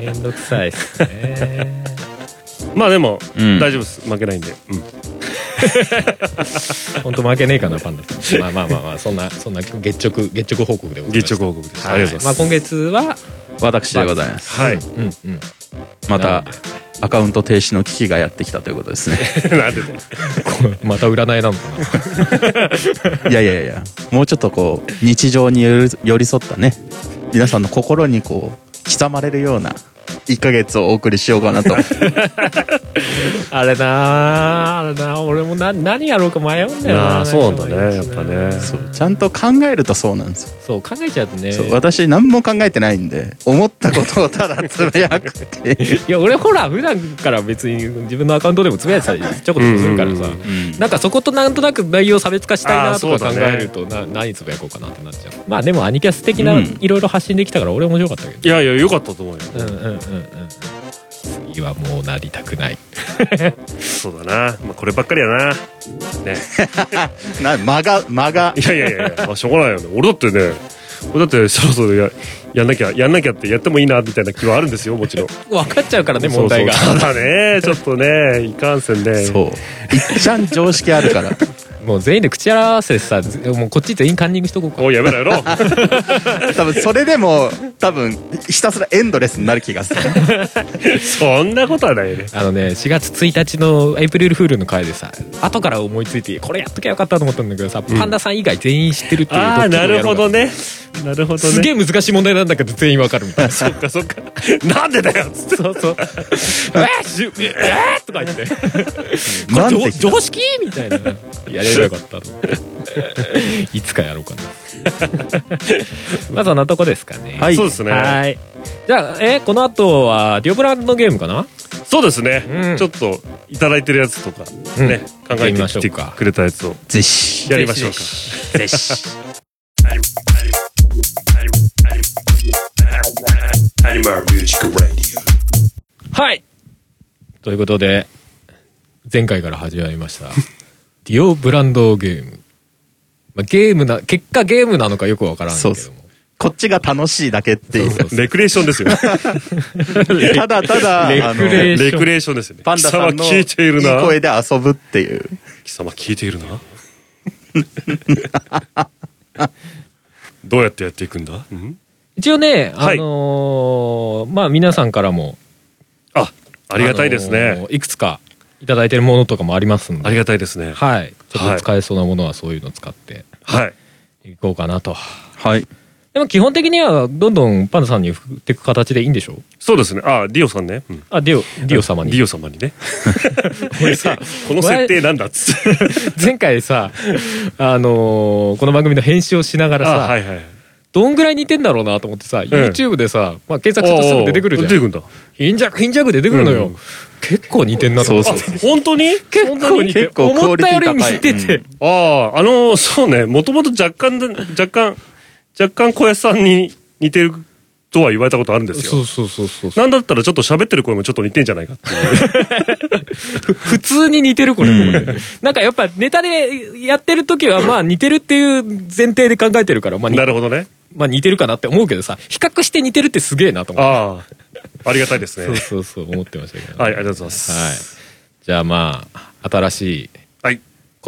[SPEAKER 1] めんどくさいっすね
[SPEAKER 2] まあでも、
[SPEAKER 3] うん
[SPEAKER 2] 大丈夫です。負けないんで。うん。
[SPEAKER 1] 本当負けねえかなパンダさんまあまあまあまあそんなそんな月食月食報告でございます
[SPEAKER 2] 月食報告です。
[SPEAKER 1] はい
[SPEAKER 2] ありがとうございます。
[SPEAKER 1] まあ今月は
[SPEAKER 3] 私でございます
[SPEAKER 2] はい。
[SPEAKER 1] うんうん
[SPEAKER 3] またアカウント停止の危機がやってきたということですね
[SPEAKER 2] なんでだよ
[SPEAKER 1] こうまた占いなのかない
[SPEAKER 3] やいやいやもうちょっとこう日常に寄り寄り添ったね皆さんの心にこう刻まれるような1ヶ月をお送りしようかなと
[SPEAKER 1] あれなああれなあ俺もな何やろうか迷うんだよ
[SPEAKER 2] な
[SPEAKER 1] な
[SPEAKER 2] あそうなんだねやっぱね
[SPEAKER 3] そうちゃんと考えるとそうなんですよ、
[SPEAKER 1] そう考えちゃうとね
[SPEAKER 3] そう私何も考えてないんで思ったことをただつぶやくってい う
[SPEAKER 1] いや俺ほら普段から別に自分のアカウントでもつぶやいてたりちょこちょこするから
[SPEAKER 2] うん
[SPEAKER 1] さ
[SPEAKER 2] うんうん
[SPEAKER 3] うん
[SPEAKER 1] なんかそことなんとなく内容差別化したい
[SPEAKER 2] あー
[SPEAKER 1] なとか
[SPEAKER 2] そう
[SPEAKER 1] 考
[SPEAKER 2] だね
[SPEAKER 1] えると、な何つぶやこうかなってなっちゃうまあでもアニキャス的な
[SPEAKER 3] うん
[SPEAKER 1] いろいろ発信できたから俺面白かったけど
[SPEAKER 2] いやいや、良かったと思うよ。
[SPEAKER 1] うんうんうんうん次はもうなりたくない
[SPEAKER 2] そうだな、まあ、こればっかりやなね
[SPEAKER 3] な間が間が
[SPEAKER 2] いやいやいやいや、まあ、しょうがないよね俺だってね俺だってそろそろややんなきゃやんなきゃってやってもいいなみたいな気はあるんですよもちろん
[SPEAKER 1] 分かっちゃうからね問題が
[SPEAKER 2] そうそうただねちょっとねいかんせんね
[SPEAKER 3] そういっちゃん常識あるから
[SPEAKER 1] もう全員で口合わせさもうこっち全員カンニングしとこうか
[SPEAKER 2] おいやめろやろ
[SPEAKER 3] 多分それでも多分ひたすらエンドレスになる気がする
[SPEAKER 2] そんなことはないよね
[SPEAKER 1] あのね4月1日のエイプリルフールの回でさ後から思いついてこれやっときゃよかったと思ったんだけどさ、パンダさん以外全員知ってるっていう
[SPEAKER 2] ああ
[SPEAKER 1] ドッキリを
[SPEAKER 2] な
[SPEAKER 1] やろう
[SPEAKER 2] るほ
[SPEAKER 1] か
[SPEAKER 2] どねなるほどね
[SPEAKER 1] すげえ難しい問題なんだけど全員わかるみた いな
[SPEAKER 2] そっかそっかなんでだよつって
[SPEAKER 1] そうそう えーしゅえーとか言って
[SPEAKER 3] なん
[SPEAKER 1] 常
[SPEAKER 3] て人
[SPEAKER 1] 常識みたいなやればよかったと思っていつかやろう かなまあそんなとこですかね
[SPEAKER 3] はい
[SPEAKER 2] そうですね
[SPEAKER 1] はいじゃあ、えーこの後はデュオブランドゲームかな
[SPEAKER 2] そうですね、
[SPEAKER 1] うん
[SPEAKER 2] ちょっといただいてるやつとか
[SPEAKER 1] うん
[SPEAKER 2] ね、考
[SPEAKER 1] や
[SPEAKER 2] え
[SPEAKER 1] り
[SPEAKER 2] て
[SPEAKER 1] ましょ
[SPEAKER 2] き
[SPEAKER 1] う
[SPEAKER 2] て
[SPEAKER 1] か
[SPEAKER 2] くれたやつを
[SPEAKER 3] ぜひ
[SPEAKER 2] やりましょうか
[SPEAKER 3] ぜひ
[SPEAKER 1] はいということで前回から始まりました ディオブランドゲーム、まあ、ゲームな結果ゲームなのかよくわからんけども
[SPEAKER 3] そうこっちが楽しいだけっていう
[SPEAKER 1] そうそう
[SPEAKER 2] レクレーションですよ
[SPEAKER 3] ただた
[SPEAKER 1] レ
[SPEAKER 3] だあ
[SPEAKER 1] ク
[SPEAKER 3] の
[SPEAKER 1] レ
[SPEAKER 2] レクレーションですよね
[SPEAKER 3] パンダさ
[SPEAKER 2] 貴
[SPEAKER 3] んの
[SPEAKER 2] 様聞いている
[SPEAKER 3] いい
[SPEAKER 2] な
[SPEAKER 3] 声で遊ぶっていう
[SPEAKER 2] 貴様聞いているなどうやってやっていくんだ、うん
[SPEAKER 1] 一応ね、あ
[SPEAKER 2] はい
[SPEAKER 1] のーまあ皆さんからも
[SPEAKER 2] あありがたいですね、
[SPEAKER 1] あのーいくつかいただいてるものとかもありますの
[SPEAKER 2] あり
[SPEAKER 1] で
[SPEAKER 2] がたいですねは
[SPEAKER 1] はいちょっと使えそうなものはそういうの使って
[SPEAKER 2] い
[SPEAKER 1] いこうかなと
[SPEAKER 3] はい
[SPEAKER 1] でも基本的にはどんどんパンダさんに振っていく形でいいんでしょう
[SPEAKER 2] そうですねあディオさんね、うん
[SPEAKER 1] あディオディオ様に
[SPEAKER 2] ディオ様にねこれさこの設定なんだっつ って
[SPEAKER 1] 前回さ、あのーこの番組の編集をしながらさ、
[SPEAKER 2] あはいはい
[SPEAKER 1] どんぐらい似てんだろうなと思ってさ、YouTube でさ、まあ、検索するとすぐ出てくるじゃ
[SPEAKER 2] 出て
[SPEAKER 1] ん
[SPEAKER 2] くんだ
[SPEAKER 1] 貧弱貧弱出てくるのよ、
[SPEAKER 2] うん
[SPEAKER 1] 結構似てんなと思って
[SPEAKER 3] そうそ
[SPEAKER 2] あ本当に
[SPEAKER 1] 結構似て
[SPEAKER 3] 結構ク
[SPEAKER 1] 思
[SPEAKER 3] オ
[SPEAKER 1] っ
[SPEAKER 3] リテ
[SPEAKER 1] た
[SPEAKER 3] ィ
[SPEAKER 1] よ
[SPEAKER 3] 高い
[SPEAKER 1] り似てて、
[SPEAKER 2] ああ、あのそうね、もともと若干だ、若干、若干小林さんに似てるとは言われたことあるんです
[SPEAKER 1] そ
[SPEAKER 2] よ。
[SPEAKER 1] うそうそうそう
[SPEAKER 2] なんだったらちょっと喋ってる声もちょっと似てんじゃないかっていう。
[SPEAKER 1] 普通に似てるこれ、なんかやっぱネタでやってる時はまあ似てるっていう前提で考えてるから、まあに
[SPEAKER 2] なるほどね。
[SPEAKER 1] まあ、似てるかなって思うけどさ比較して似てるってすげえなと思って
[SPEAKER 2] ああ、ありがたいです
[SPEAKER 1] そう
[SPEAKER 2] ね。
[SPEAKER 1] そうそう思ってましたけど、
[SPEAKER 2] はい、あり
[SPEAKER 1] はい
[SPEAKER 2] がとうございます。
[SPEAKER 1] じゃあまあ新しい
[SPEAKER 2] はい。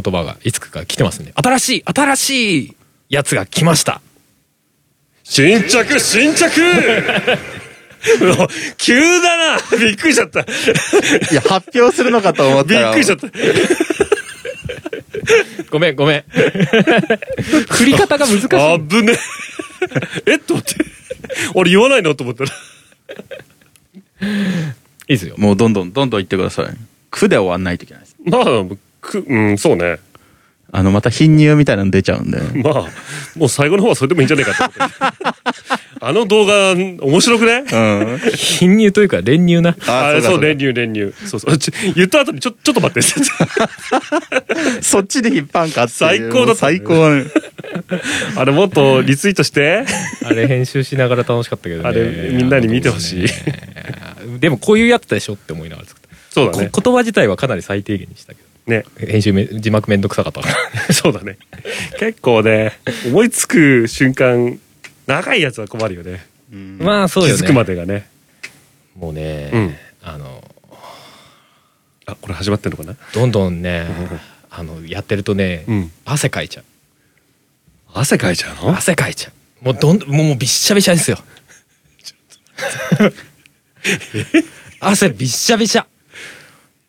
[SPEAKER 1] 言葉がいつか来てますね新しい新しいやつが来ました
[SPEAKER 2] 新着、新着 もう急だなびっくりしちゃった。
[SPEAKER 3] いや発表するのかと思っ
[SPEAKER 2] び
[SPEAKER 3] た
[SPEAKER 2] っ
[SPEAKER 3] ら
[SPEAKER 2] くりしちゃった。
[SPEAKER 1] ごめんごめん振り方が難しい
[SPEAKER 2] あぶねえ。え っと思って。俺言わないのと思ったら。
[SPEAKER 1] いいですよ
[SPEAKER 3] もうどんどんどんどん言ってください苦で終わんないといけないです
[SPEAKER 2] まあ、く、うん、そうね。
[SPEAKER 3] あのまた貧乳みたいなの出ちゃうんで
[SPEAKER 2] まあ、もう最後の方はそれでもいいんじゃないかってこと。あの動画、面白くね
[SPEAKER 3] うん
[SPEAKER 1] 貧乳というか練乳な
[SPEAKER 2] あれ、
[SPEAKER 3] だ
[SPEAKER 2] そう、
[SPEAKER 3] だ
[SPEAKER 2] 練乳、練乳。そうそう。ち言った後に、ちょ、ちょっと待って。
[SPEAKER 3] そっちで引っ張んかっていう
[SPEAKER 2] 最高だった
[SPEAKER 3] もう最高
[SPEAKER 2] あれ、もっとリツイートして。
[SPEAKER 1] あれ編集しながら楽しかったけどね
[SPEAKER 2] あれみんなに見てほ
[SPEAKER 1] あ
[SPEAKER 2] しい
[SPEAKER 1] の動画ねでもこういうやつでしょって思いながら作った
[SPEAKER 2] そうだね。
[SPEAKER 1] こ言葉自体はかなり最低限にしたけ
[SPEAKER 2] ね。
[SPEAKER 1] ど編集め字幕めんどくさかったから
[SPEAKER 2] そうだね。結構ね、思いつく瞬間、長いやつは困るよね。
[SPEAKER 1] まあそう
[SPEAKER 2] 気
[SPEAKER 1] よね
[SPEAKER 2] づくまでがね。
[SPEAKER 1] もうね、
[SPEAKER 2] うん
[SPEAKER 1] あの
[SPEAKER 2] あ、これ始まってんのかな
[SPEAKER 1] どんどんねあのやってるとね、
[SPEAKER 2] うん
[SPEAKER 1] 汗かいちゃう
[SPEAKER 2] 汗かいちゃうの
[SPEAKER 1] 汗かいちゃうもうどんもうもうびっしゃびしゃ ですよ汗びっしゃびしゃ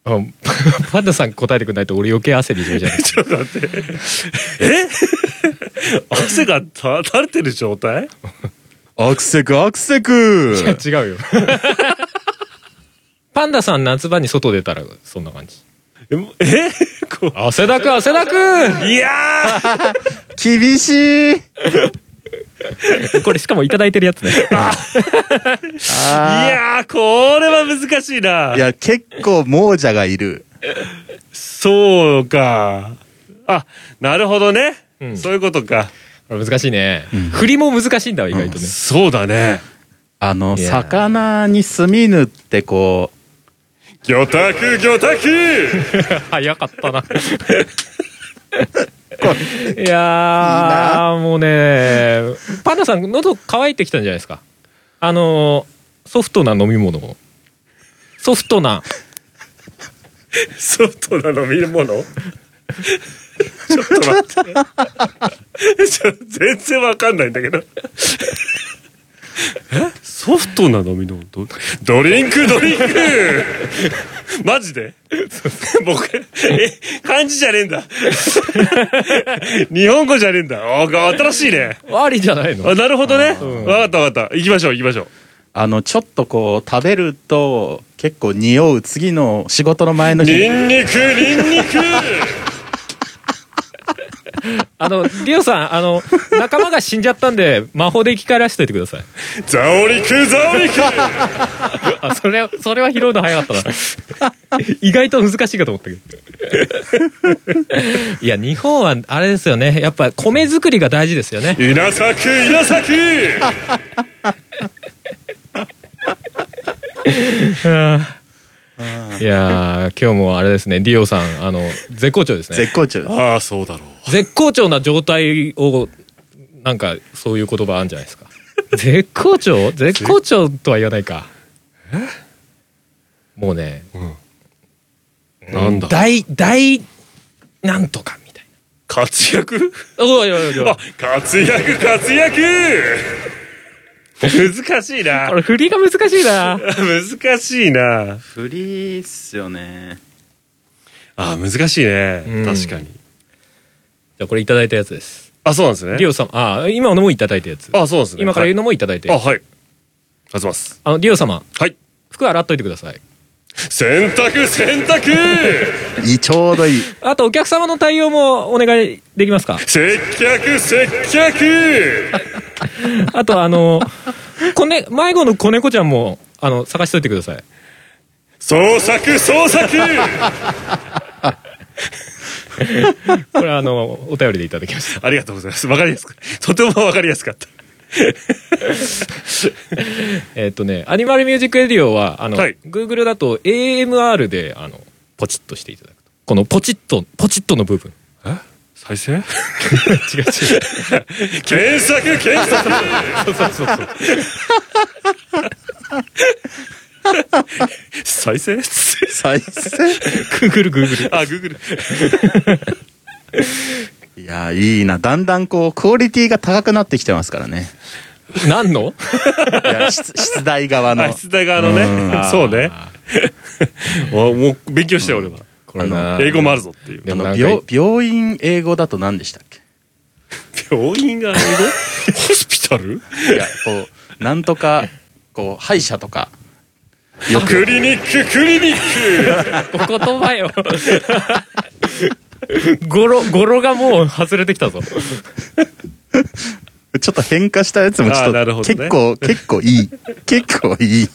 [SPEAKER 1] あ パンダさん答えてくんないと俺余計汗びしゃびしゃになっちゃ
[SPEAKER 2] ちょっと待って。え汗がた垂れてる状態
[SPEAKER 3] アクセクアクセク
[SPEAKER 1] う違うよ パンダさん夏場に外出たらそんな感じ
[SPEAKER 2] ええこう
[SPEAKER 1] 汗だく汗だく
[SPEAKER 2] いやー
[SPEAKER 3] 厳しい
[SPEAKER 1] これしかもいただいてるやつね
[SPEAKER 2] いやーこれは難しいない
[SPEAKER 3] や結構亡者がいる
[SPEAKER 2] そうかあなるほどね、
[SPEAKER 1] うん
[SPEAKER 2] そういうことか
[SPEAKER 1] これ難しいね、振りも難しいんだわ意外とね、
[SPEAKER 2] そうだね
[SPEAKER 3] あの、
[SPEAKER 1] いやー
[SPEAKER 3] 魚に住みぬってこう、
[SPEAKER 2] 魚拓魚拓
[SPEAKER 1] 早かったな。いやーもうねパンダさん喉乾いてきたんじゃないですかあのーソフトな飲み物をソフトな
[SPEAKER 2] ソフトな飲み物 ちょっと待って。 ちょ全然わかんないんだけど。え ソフトな飲み物どドリンクドリンク マジで僕、え、漢字じゃねえんだ。 日本語じゃねえんだ。お新しいね。
[SPEAKER 1] ありじゃないの
[SPEAKER 2] あなるほどね。
[SPEAKER 1] ん
[SPEAKER 2] わかったわかった。行きましょう行きましょう。
[SPEAKER 3] あの、ちょっとこう、食べると、結構匂う次の仕事の前の日
[SPEAKER 2] ニ
[SPEAKER 3] に、
[SPEAKER 2] ンニクニンニク
[SPEAKER 1] あのリオさんあの仲間が死んじゃったんで魔法で生き返らせておいてください
[SPEAKER 2] ザオリクザオリク
[SPEAKER 1] あそれそれは拾うの早かったな意外と難しいかと思ったけどいや日本はあれですよねやっぱ米作りが大事ですよね
[SPEAKER 2] 稲作稲作
[SPEAKER 1] いやー今日もあれですねディオさんあの絶好調ですね
[SPEAKER 3] 絶好調。
[SPEAKER 2] ああそうだろう
[SPEAKER 1] 絶好調な状態をなんかそういう言葉あるんじゃないですか絶好調絶好調とは言わないかもうね
[SPEAKER 2] なんだ
[SPEAKER 1] 大大なんとかみたい
[SPEAKER 2] 活躍
[SPEAKER 1] なおいおいおいおい
[SPEAKER 2] あ活躍活躍難しいな
[SPEAKER 1] これ振りが難しいな
[SPEAKER 2] 難しいな
[SPEAKER 3] フリーっすよね。
[SPEAKER 2] あ難しいね、
[SPEAKER 1] うん
[SPEAKER 2] 確かに
[SPEAKER 1] じゃあこれいただいたやつです
[SPEAKER 2] あそうなんですね
[SPEAKER 1] リオ様あ今のもいただいたやつ
[SPEAKER 2] あそうなんですね
[SPEAKER 1] 今から
[SPEAKER 2] は
[SPEAKER 1] 言
[SPEAKER 2] いう
[SPEAKER 1] のもいただいて、
[SPEAKER 2] あはいありがとうございます
[SPEAKER 1] あのリオ様
[SPEAKER 2] はい
[SPEAKER 1] 服洗っといてください
[SPEAKER 2] 洗濯洗濯
[SPEAKER 3] いい、ちょうどいい。
[SPEAKER 1] あとお客様の対応もお願いできます か
[SPEAKER 2] 接客接 客
[SPEAKER 1] あとあの、子ね、迷子の子猫ちゃんも、あの、探しといてください。
[SPEAKER 2] 創作創 作
[SPEAKER 1] これあ の、お便りでいただきまし
[SPEAKER 2] ありがとうございますわかりやすくとてもわかりやすかった
[SPEAKER 1] た。えっとね、アニマルミュージックエディオは、あの、
[SPEAKER 2] はい
[SPEAKER 1] Google だと AMR で、あの、ポチッとしていただくと。このポチッと、ポチッとの部分。
[SPEAKER 2] 再生
[SPEAKER 1] 違う違う。
[SPEAKER 2] 検索検索
[SPEAKER 1] そうそうそうそう。
[SPEAKER 2] 再生
[SPEAKER 3] 再生
[SPEAKER 1] Google、Google。
[SPEAKER 2] あグーグル
[SPEAKER 3] いや、いいな。だんだんこう、クオリティが高くなってきてますからね。
[SPEAKER 1] 何 の
[SPEAKER 3] いや、出出題側の。
[SPEAKER 2] あ出題側のねそうねあもう勉強して俺は
[SPEAKER 1] これな
[SPEAKER 2] 英語もあるぞっていう
[SPEAKER 1] で
[SPEAKER 3] あ
[SPEAKER 1] もなん
[SPEAKER 3] の
[SPEAKER 1] か
[SPEAKER 3] 病、病院英語だと何でしたっけ
[SPEAKER 2] 病院が英語ホスピタ ル
[SPEAKER 3] いや、こ う、なんとか、こう、歯医者とか。よく、
[SPEAKER 2] クリニッククリニッ
[SPEAKER 1] お
[SPEAKER 2] ク
[SPEAKER 1] 言葉よ。語呂、語呂がもう外れてきたぞ。
[SPEAKER 3] ちょっと変化したやつもち
[SPEAKER 2] あーなる
[SPEAKER 3] ょ
[SPEAKER 2] ほ
[SPEAKER 3] っと、
[SPEAKER 2] どね
[SPEAKER 3] 結構、結構 いい。結構いい。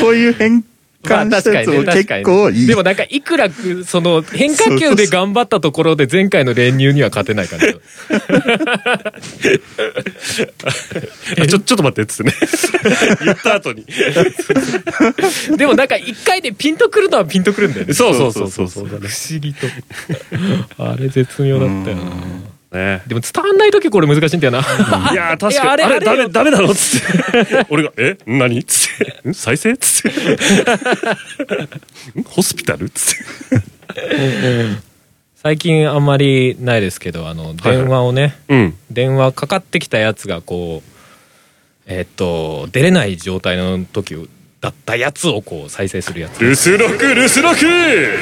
[SPEAKER 3] こういう変換したやつも結構いい。
[SPEAKER 1] でもなんかいくらくその変化球で頑張ったところで前回の練乳には勝てない感じ
[SPEAKER 2] あちょちょっと待ってっつってね言った後に
[SPEAKER 1] でもなんか一回でピンとくるのはピンとくるんだよね
[SPEAKER 2] そうそうそうそうそうだね
[SPEAKER 1] 不思議とあれ絶妙だったよな
[SPEAKER 2] ね
[SPEAKER 1] でも伝わんない時これ難しいんだよな
[SPEAKER 2] いやー確
[SPEAKER 1] いや
[SPEAKER 2] か
[SPEAKER 1] あ
[SPEAKER 2] に
[SPEAKER 1] れ
[SPEAKER 2] あれ
[SPEAKER 1] あ
[SPEAKER 2] ダ
[SPEAKER 1] れよ
[SPEAKER 2] メダメだろっ つって俺が「え何?」っつってん「 再生?」っつってん「ホスピタル?」っつって
[SPEAKER 1] 最近あんまりないですけどあの電話をね、
[SPEAKER 2] うん
[SPEAKER 1] 電話かかってきたやつがこうえっと出れない状態の時だったやつをこう再生するやつ
[SPEAKER 2] 留守録留守録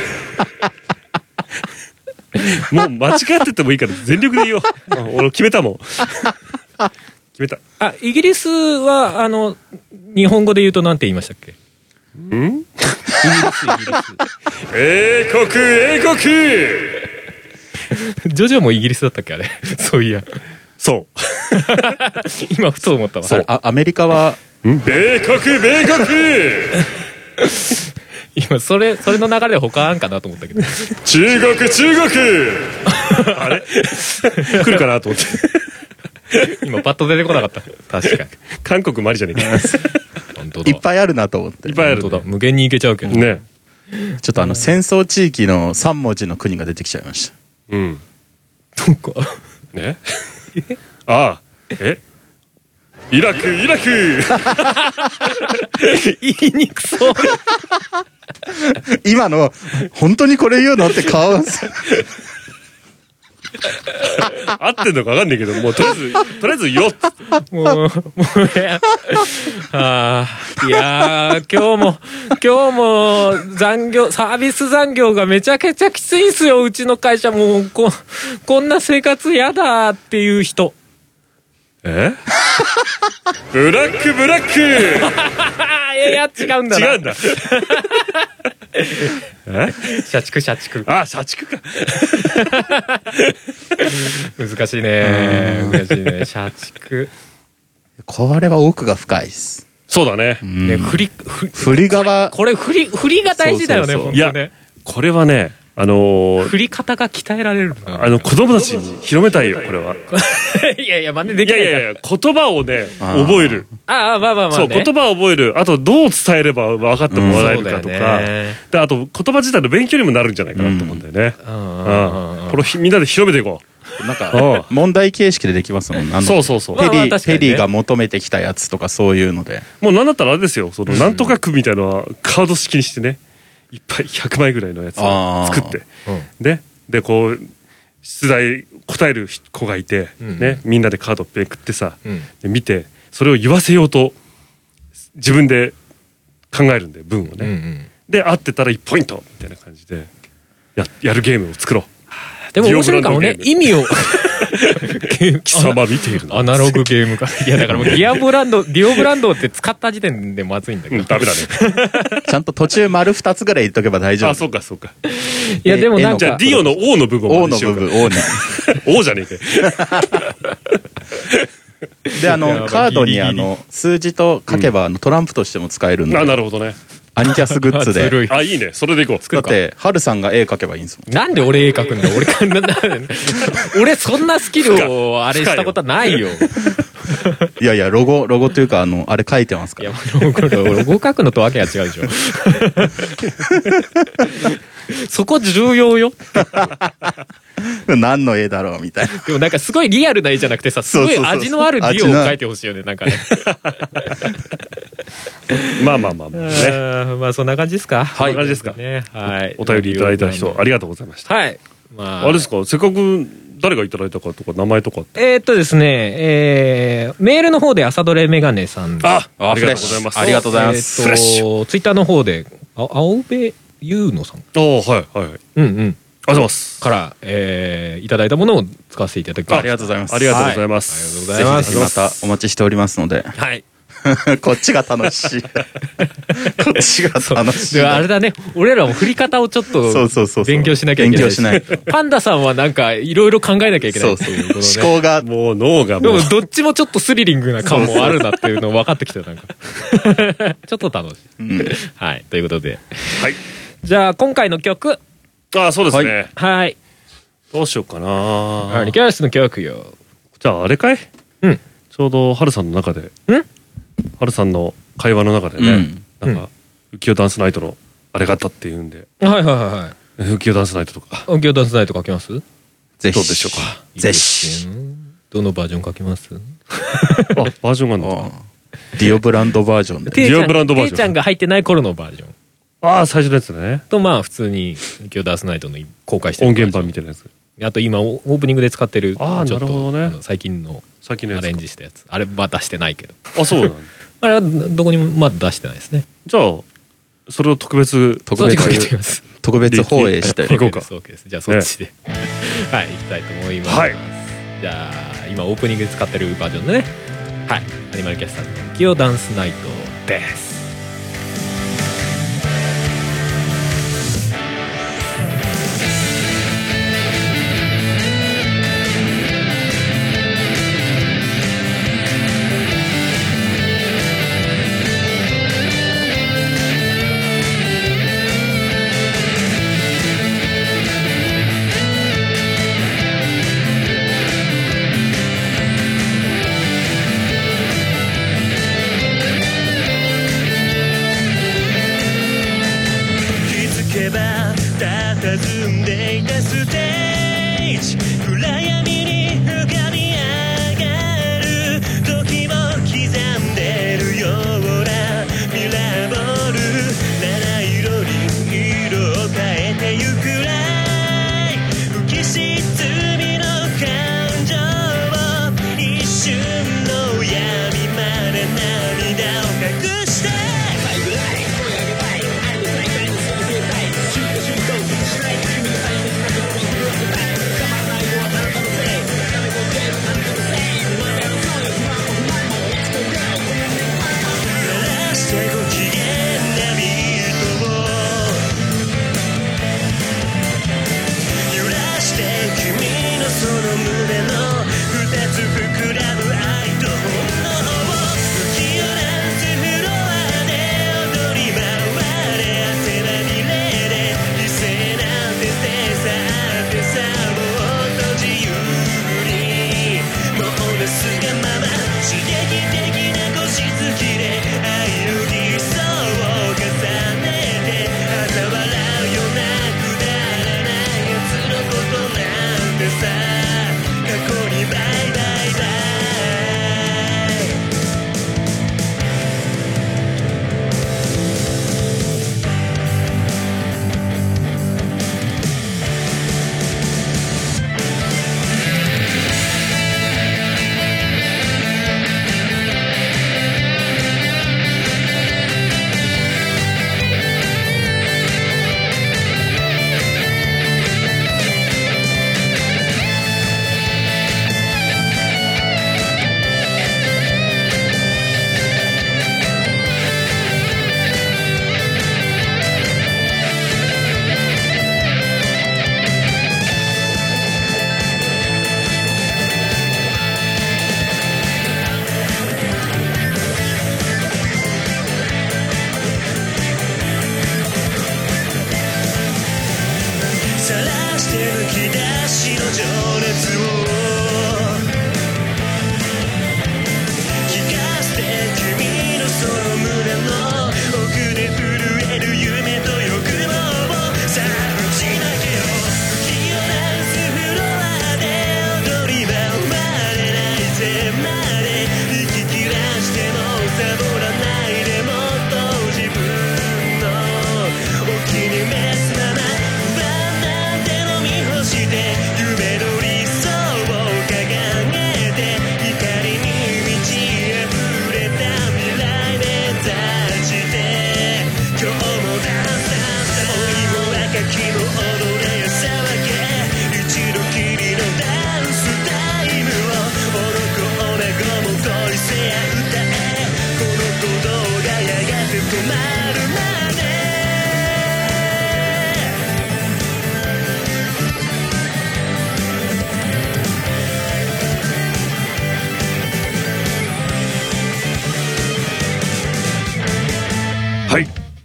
[SPEAKER 2] もう間違っててもいいから全力で言おうあ俺決めたもん 決めた
[SPEAKER 1] あイギリスはあの日本語で言うとなんて言いましたっけ
[SPEAKER 2] 英国英国
[SPEAKER 1] ジョジョもイギリスだったっけあれ そういや
[SPEAKER 2] そ
[SPEAKER 1] 今ふと思ったわ
[SPEAKER 3] あれあアメリカは、
[SPEAKER 2] う米国米国
[SPEAKER 1] 今それそれの流れで他あんかなと思った けど
[SPEAKER 2] 中国中国あれ来るかなと思って
[SPEAKER 1] 今パッと出てこなかった確かに
[SPEAKER 2] 韓国もありじゃねえか。
[SPEAKER 1] 本当だ
[SPEAKER 3] いっぱいあるなと思って。
[SPEAKER 2] いっぱいある
[SPEAKER 1] 本当だ無限にいけちゃうけど、
[SPEAKER 2] ね。
[SPEAKER 3] ちょっとあの戦争地域の3文字の国が出てきちゃいました。
[SPEAKER 2] うん。
[SPEAKER 1] なんか
[SPEAKER 2] ね。ああ。えイラク、イラク
[SPEAKER 1] 言いにくそう
[SPEAKER 3] 今の、本当にこれ言うのって顔がする
[SPEAKER 2] 合ってんのかわかんないけど、もうとりあえ ず、とりあえずよっつって
[SPEAKER 1] もう、もうね、ああ、いやー、今日も、今日も残業、サービス残業がめちゃくちゃきついんすよ、うちの会社。もう、こ、こんな生活やだーっていう人。
[SPEAKER 2] えブラック、ブラック
[SPEAKER 1] ああ、いや、いや違うんだな。
[SPEAKER 2] 違うんだ。え
[SPEAKER 1] 社畜、社畜。
[SPEAKER 2] ああ、社畜か。
[SPEAKER 1] 難しいね。難しいね。社畜。
[SPEAKER 3] これは奥が深いです。
[SPEAKER 2] そうだね。
[SPEAKER 1] ね、振り、振り、
[SPEAKER 3] 振り側、
[SPEAKER 1] これ振り、振りが大事だよね、
[SPEAKER 3] そうそ
[SPEAKER 1] ほ
[SPEAKER 3] うん
[SPEAKER 2] いや
[SPEAKER 1] とね。、
[SPEAKER 2] これはね、あのー、
[SPEAKER 1] 振り方が鍛えられる。
[SPEAKER 2] あの、子供たちに広めたいよ、これは。
[SPEAKER 1] いやいや、真似で
[SPEAKER 2] い
[SPEAKER 1] きな
[SPEAKER 2] や
[SPEAKER 1] い
[SPEAKER 2] い
[SPEAKER 1] から。
[SPEAKER 2] やいや、言葉をね、
[SPEAKER 3] あー
[SPEAKER 2] 覚える。
[SPEAKER 1] ああ、まあまあまあ、
[SPEAKER 2] そう、
[SPEAKER 1] ね。
[SPEAKER 2] 言葉を覚える。あと、どう伝えれば分かってもらえるかと
[SPEAKER 1] うんそうだ
[SPEAKER 2] か
[SPEAKER 1] よね。
[SPEAKER 2] で、あと、言葉自体の勉強にもなるんじゃないかなと思うんだよね。
[SPEAKER 1] うんうんうん
[SPEAKER 2] うん。これをひ、みんなで広めていこ
[SPEAKER 3] なん
[SPEAKER 2] うん
[SPEAKER 3] か、問題形式でできますもん。あ
[SPEAKER 2] う。
[SPEAKER 3] の
[SPEAKER 2] そうそうそう
[SPEAKER 1] ま。あ
[SPEAKER 3] ペリ
[SPEAKER 1] まあ確
[SPEAKER 3] ー、
[SPEAKER 1] かにね
[SPEAKER 3] ペリーが求めてきたやつとかそういうので。
[SPEAKER 2] もうなんだったらあれですよ、その、なんとか区みたいなのはカード式にしてね、いっぱい100枚ぐらいのやつを
[SPEAKER 3] あー
[SPEAKER 2] 作って
[SPEAKER 1] うん、
[SPEAKER 2] ね、で、こう、出題、答える子がいて、
[SPEAKER 1] うん
[SPEAKER 2] ね、みんなでカードめくってさ
[SPEAKER 1] うん、
[SPEAKER 2] で見て、それを言わせようと、自分で考えるんで、文を
[SPEAKER 1] うんう
[SPEAKER 2] ね。
[SPEAKER 1] ん。
[SPEAKER 2] で、合ってたら1ポイントみたいな感じで、や、やるゲームを作ろう。
[SPEAKER 1] でも面白いかもね。
[SPEAKER 2] デ
[SPEAKER 1] 意味を。
[SPEAKER 2] 貴様見ている
[SPEAKER 1] ア
[SPEAKER 2] な。
[SPEAKER 1] ナログゲームか。いや、だからもうディアブランド、ディオブランドって使った時点でまずいんだけ
[SPEAKER 2] う
[SPEAKER 1] ど。
[SPEAKER 2] ん、ダメだね。
[SPEAKER 3] ちゃんと途中丸2つぐらい言っとけば大丈
[SPEAKER 2] あ、
[SPEAKER 3] 夫。
[SPEAKER 2] そうか、そうか。
[SPEAKER 1] いや、でもなん
[SPEAKER 2] じゃ
[SPEAKER 1] か
[SPEAKER 2] あ、デ、ィオの王の部分を
[SPEAKER 3] O の部分、O ね。
[SPEAKER 2] 王じゃねえかよ。
[SPEAKER 3] で、あ
[SPEAKER 1] いや
[SPEAKER 3] の、カード
[SPEAKER 1] ギリギリ
[SPEAKER 3] にあの、数字と書けば、あの、トランプとしても使えるんで
[SPEAKER 2] あ、なるほどね。
[SPEAKER 3] アニキャスグッズ
[SPEAKER 1] ず
[SPEAKER 3] で。
[SPEAKER 1] るい。
[SPEAKER 2] あ、いいね。それでいこう。
[SPEAKER 3] だって、ハルさんが絵描けばいいんですもん。
[SPEAKER 1] なんで俺絵描くんだ俺 か、な、な、俺そんなスキルをあれしたことないよ。
[SPEAKER 3] いやいや、ロゴ、ロゴというか、あの、あれ書いてますか
[SPEAKER 1] い
[SPEAKER 3] ら
[SPEAKER 1] や、。ロゴ、ロゴ描くのとわけが違うでしょ。 そこ重要よ。
[SPEAKER 3] 何の絵だろうみたいな。
[SPEAKER 1] でもなんかすごいリアルな絵じゃなくてさ、すごい
[SPEAKER 3] そうそうそう
[SPEAKER 1] 味のあるディオを描いてほしいよね、なんかね。
[SPEAKER 2] まあまあまあまあね。
[SPEAKER 1] あーまあそんな感じですか。はい
[SPEAKER 2] そんな感じですか
[SPEAKER 1] ね、はい。
[SPEAKER 2] お便りいただいた人、ありがとうございました。
[SPEAKER 1] はい。ま
[SPEAKER 2] あれですか、せっかく誰がいただいたかとか、名前とかって。
[SPEAKER 1] えーっとですね、えーメールの方で朝どれメガネさん。
[SPEAKER 2] あ、
[SPEAKER 3] あ
[SPEAKER 2] ありがとうございます。
[SPEAKER 3] フレッシュありがとうございます
[SPEAKER 1] え
[SPEAKER 2] フレッシ
[SPEAKER 1] ーっと、ツイッターの方で、あ青部優乃さん。
[SPEAKER 2] あはい、はい。ありがと
[SPEAKER 1] う
[SPEAKER 2] う
[SPEAKER 1] んうん。
[SPEAKER 2] ございます。
[SPEAKER 1] から、えーいただいたものを使わせていただきます。
[SPEAKER 3] ありがとうございます
[SPEAKER 2] ありがとうございます。
[SPEAKER 1] はいありがとうございます
[SPEAKER 3] ぜひぜひまたお待ちしておりますので。
[SPEAKER 1] はい。
[SPEAKER 3] こっちが楽しい。こっちが楽しい。
[SPEAKER 1] であれだね、俺らも振り方をちょっと
[SPEAKER 3] そうそうそうそう
[SPEAKER 1] 勉強しなきゃいけない。
[SPEAKER 3] 勉強しないと
[SPEAKER 1] パンダさんはなんかいろいろ考えなきゃいけない
[SPEAKER 3] そう
[SPEAKER 1] って
[SPEAKER 3] そう。
[SPEAKER 1] いうことね。
[SPEAKER 3] 思考が、
[SPEAKER 2] もう脳が
[SPEAKER 1] で
[SPEAKER 2] もう
[SPEAKER 1] も、どっちもちょっとスリリングな感もあるなっていうの分かってきたよ、 なんか。ちょっと楽しい。
[SPEAKER 3] うん
[SPEAKER 1] はい、ということで。
[SPEAKER 2] はい。
[SPEAKER 1] じゃあ、今回の曲。
[SPEAKER 2] あ、そうですね。
[SPEAKER 1] はい。
[SPEAKER 2] どうしようか
[SPEAKER 1] はい、
[SPEAKER 2] な
[SPEAKER 1] リ。キャラスの曲よ。
[SPEAKER 2] じゃあ、あれかい
[SPEAKER 1] うん。
[SPEAKER 2] ちょうど、ハルさんの中で、
[SPEAKER 1] うん
[SPEAKER 2] ハルさんの会話の中でね、なんか、浮世ダンスナイトのあれがあったっていうんで、
[SPEAKER 1] はいはいはいはい。
[SPEAKER 2] 浮世ダンスナイトと か、
[SPEAKER 1] 音響ダンスナイト書きます
[SPEAKER 3] ぜひ。
[SPEAKER 2] どうでしょうか。
[SPEAKER 3] ぜひ。
[SPEAKER 1] どのバージョン書きます
[SPEAKER 2] あ、バージョンがあるの
[SPEAKER 3] うんディオブランドバージョンで。
[SPEAKER 2] ィオブランドバージョ
[SPEAKER 1] てい
[SPEAKER 2] ン
[SPEAKER 1] ちゃんが入ってない頃のバージョン。
[SPEAKER 2] か。あ、最初のやつね。
[SPEAKER 1] と、まあ、普通に音響ダンスナイトの公開して
[SPEAKER 2] 音
[SPEAKER 1] るバージョン
[SPEAKER 2] 源版みたいなやつ。
[SPEAKER 1] あと今、オープニングで使ってる、
[SPEAKER 2] あー
[SPEAKER 1] ちょっと
[SPEAKER 2] なるほどね
[SPEAKER 1] あの最近の
[SPEAKER 2] さっきのや
[SPEAKER 1] ア
[SPEAKER 2] つか
[SPEAKER 1] レンジしたやつ。あれ、まあ出してないけど。
[SPEAKER 2] あ、そうなんだ。
[SPEAKER 1] あれはどこにもまだ出してないですね。
[SPEAKER 2] じゃあ、それを特別、
[SPEAKER 3] 特別
[SPEAKER 1] そっちかけてみます。
[SPEAKER 3] 特別放映して。
[SPEAKER 2] 行こうか
[SPEAKER 1] OK です OK ですじゃあそっちで。 はい、行きたいと思います。
[SPEAKER 2] はい
[SPEAKER 1] じゃあ、今オープニングで使ってるバージョンでね。はい。アニマルキャスターのキオダンスナイトです。
[SPEAKER 4] 「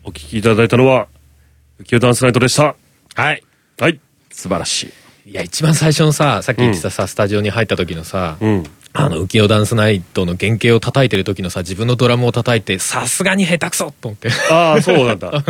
[SPEAKER 2] 聞きいただいたのは、浮世ダンスナイトでした。
[SPEAKER 1] はい。
[SPEAKER 2] はい。
[SPEAKER 3] 素晴らしい。
[SPEAKER 1] いや、一番最初のさ、さっき言ってたさ、スタジオに入った時のさ、
[SPEAKER 2] うん。
[SPEAKER 1] あの、浮世ダンスナイトの原型を叩いてる時のさ、自分のドラムを叩いて、さすがに下手くそと思って。
[SPEAKER 2] あ あ、そうなんだ。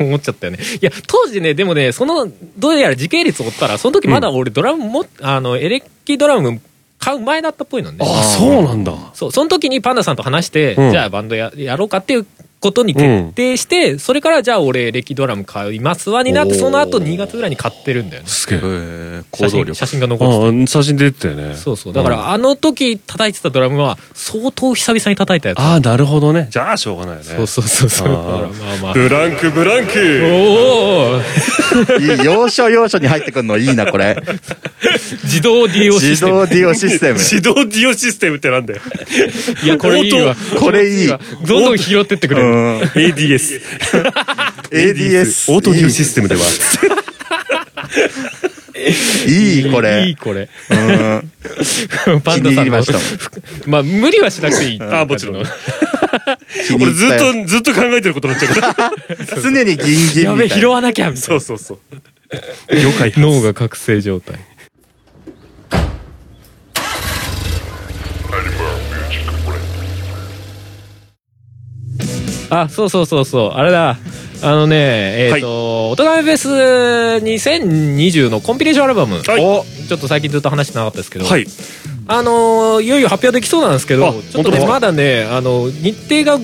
[SPEAKER 1] 思っちゃったよね。いや、当時ね、でもね、その、どうやら時系列を追ったら、その時まだ俺ドラムも、あの、エレキドラム買う前だったっぽいのね。
[SPEAKER 2] ああ、そうなんだ。
[SPEAKER 1] そう、その時にパンダさんと話して、
[SPEAKER 2] うん
[SPEAKER 1] じゃあバンドややろうかっていうことに決定して、それからじゃあ俺エレキドラム買いますわになって、
[SPEAKER 3] おー
[SPEAKER 1] その後2月ぐらいに買ってるんだよね。
[SPEAKER 2] すげえ。
[SPEAKER 3] えー、
[SPEAKER 1] 写
[SPEAKER 3] 行動
[SPEAKER 1] 真
[SPEAKER 3] 力。
[SPEAKER 1] 写真が残ってて。
[SPEAKER 2] ああ、写真出てたよね。
[SPEAKER 1] そうそう。だか
[SPEAKER 2] ん
[SPEAKER 1] ら、あの時叩いてたドラムは、相当久々に叩いたやつ。
[SPEAKER 2] ああ、なるほどね。じゃあ、しょうがないよね。
[SPEAKER 1] そうそうそうそう。だ
[SPEAKER 2] あ
[SPEAKER 1] から
[SPEAKER 2] ー
[SPEAKER 1] まあまあ。
[SPEAKER 2] ブランク、ブラン
[SPEAKER 1] お
[SPEAKER 2] ク。
[SPEAKER 1] ーおーおー
[SPEAKER 3] いい要所要所に入ってくるのいいな、これ。
[SPEAKER 1] 自動 DO シス
[SPEAKER 3] 自
[SPEAKER 1] テム
[SPEAKER 3] 動 DO システム。
[SPEAKER 2] 自動ディオシステムってなんだ よ。
[SPEAKER 1] いや、これいいわ。
[SPEAKER 3] これいい。うん
[SPEAKER 1] どんどん拾ってってくれる。
[SPEAKER 2] ADS。
[SPEAKER 3] ADS。
[SPEAKER 2] オートディオシステムでは。
[SPEAKER 3] いい、
[SPEAKER 1] い
[SPEAKER 3] こ
[SPEAKER 1] い、
[SPEAKER 3] れ。
[SPEAKER 1] これ。
[SPEAKER 3] うん。
[SPEAKER 1] パ
[SPEAKER 3] 気
[SPEAKER 1] ンダ
[SPEAKER 3] に
[SPEAKER 1] さ
[SPEAKER 3] 入
[SPEAKER 1] ん
[SPEAKER 3] り
[SPEAKER 1] の
[SPEAKER 3] まし。た
[SPEAKER 1] まあ、無理はしなくていい。
[SPEAKER 2] あーもちろん
[SPEAKER 1] や
[SPEAKER 3] もん。
[SPEAKER 2] 俺ずっ
[SPEAKER 3] 気に入
[SPEAKER 2] と、ずっと考えてることになっちゃ うから。
[SPEAKER 3] ったよ常にギンギンみたいな。
[SPEAKER 1] べえ、拾わなきゃ、みたい
[SPEAKER 2] そう
[SPEAKER 1] な。
[SPEAKER 2] そうそう。了解。
[SPEAKER 1] 脳が覚醒状態。あ、そうそうそうそう。あれだ。あのね、えっ、と、音楽フェス2020のコンピレーションアルバム。
[SPEAKER 2] はい
[SPEAKER 1] おちょっと最近ずっと話してなかったですけど、
[SPEAKER 2] はい。
[SPEAKER 1] あのーいよいよ発表できそうなんですけ
[SPEAKER 2] あ
[SPEAKER 1] ど、ちょっと
[SPEAKER 2] 本当です
[SPEAKER 1] ね、
[SPEAKER 2] か
[SPEAKER 1] まだね、あの日程が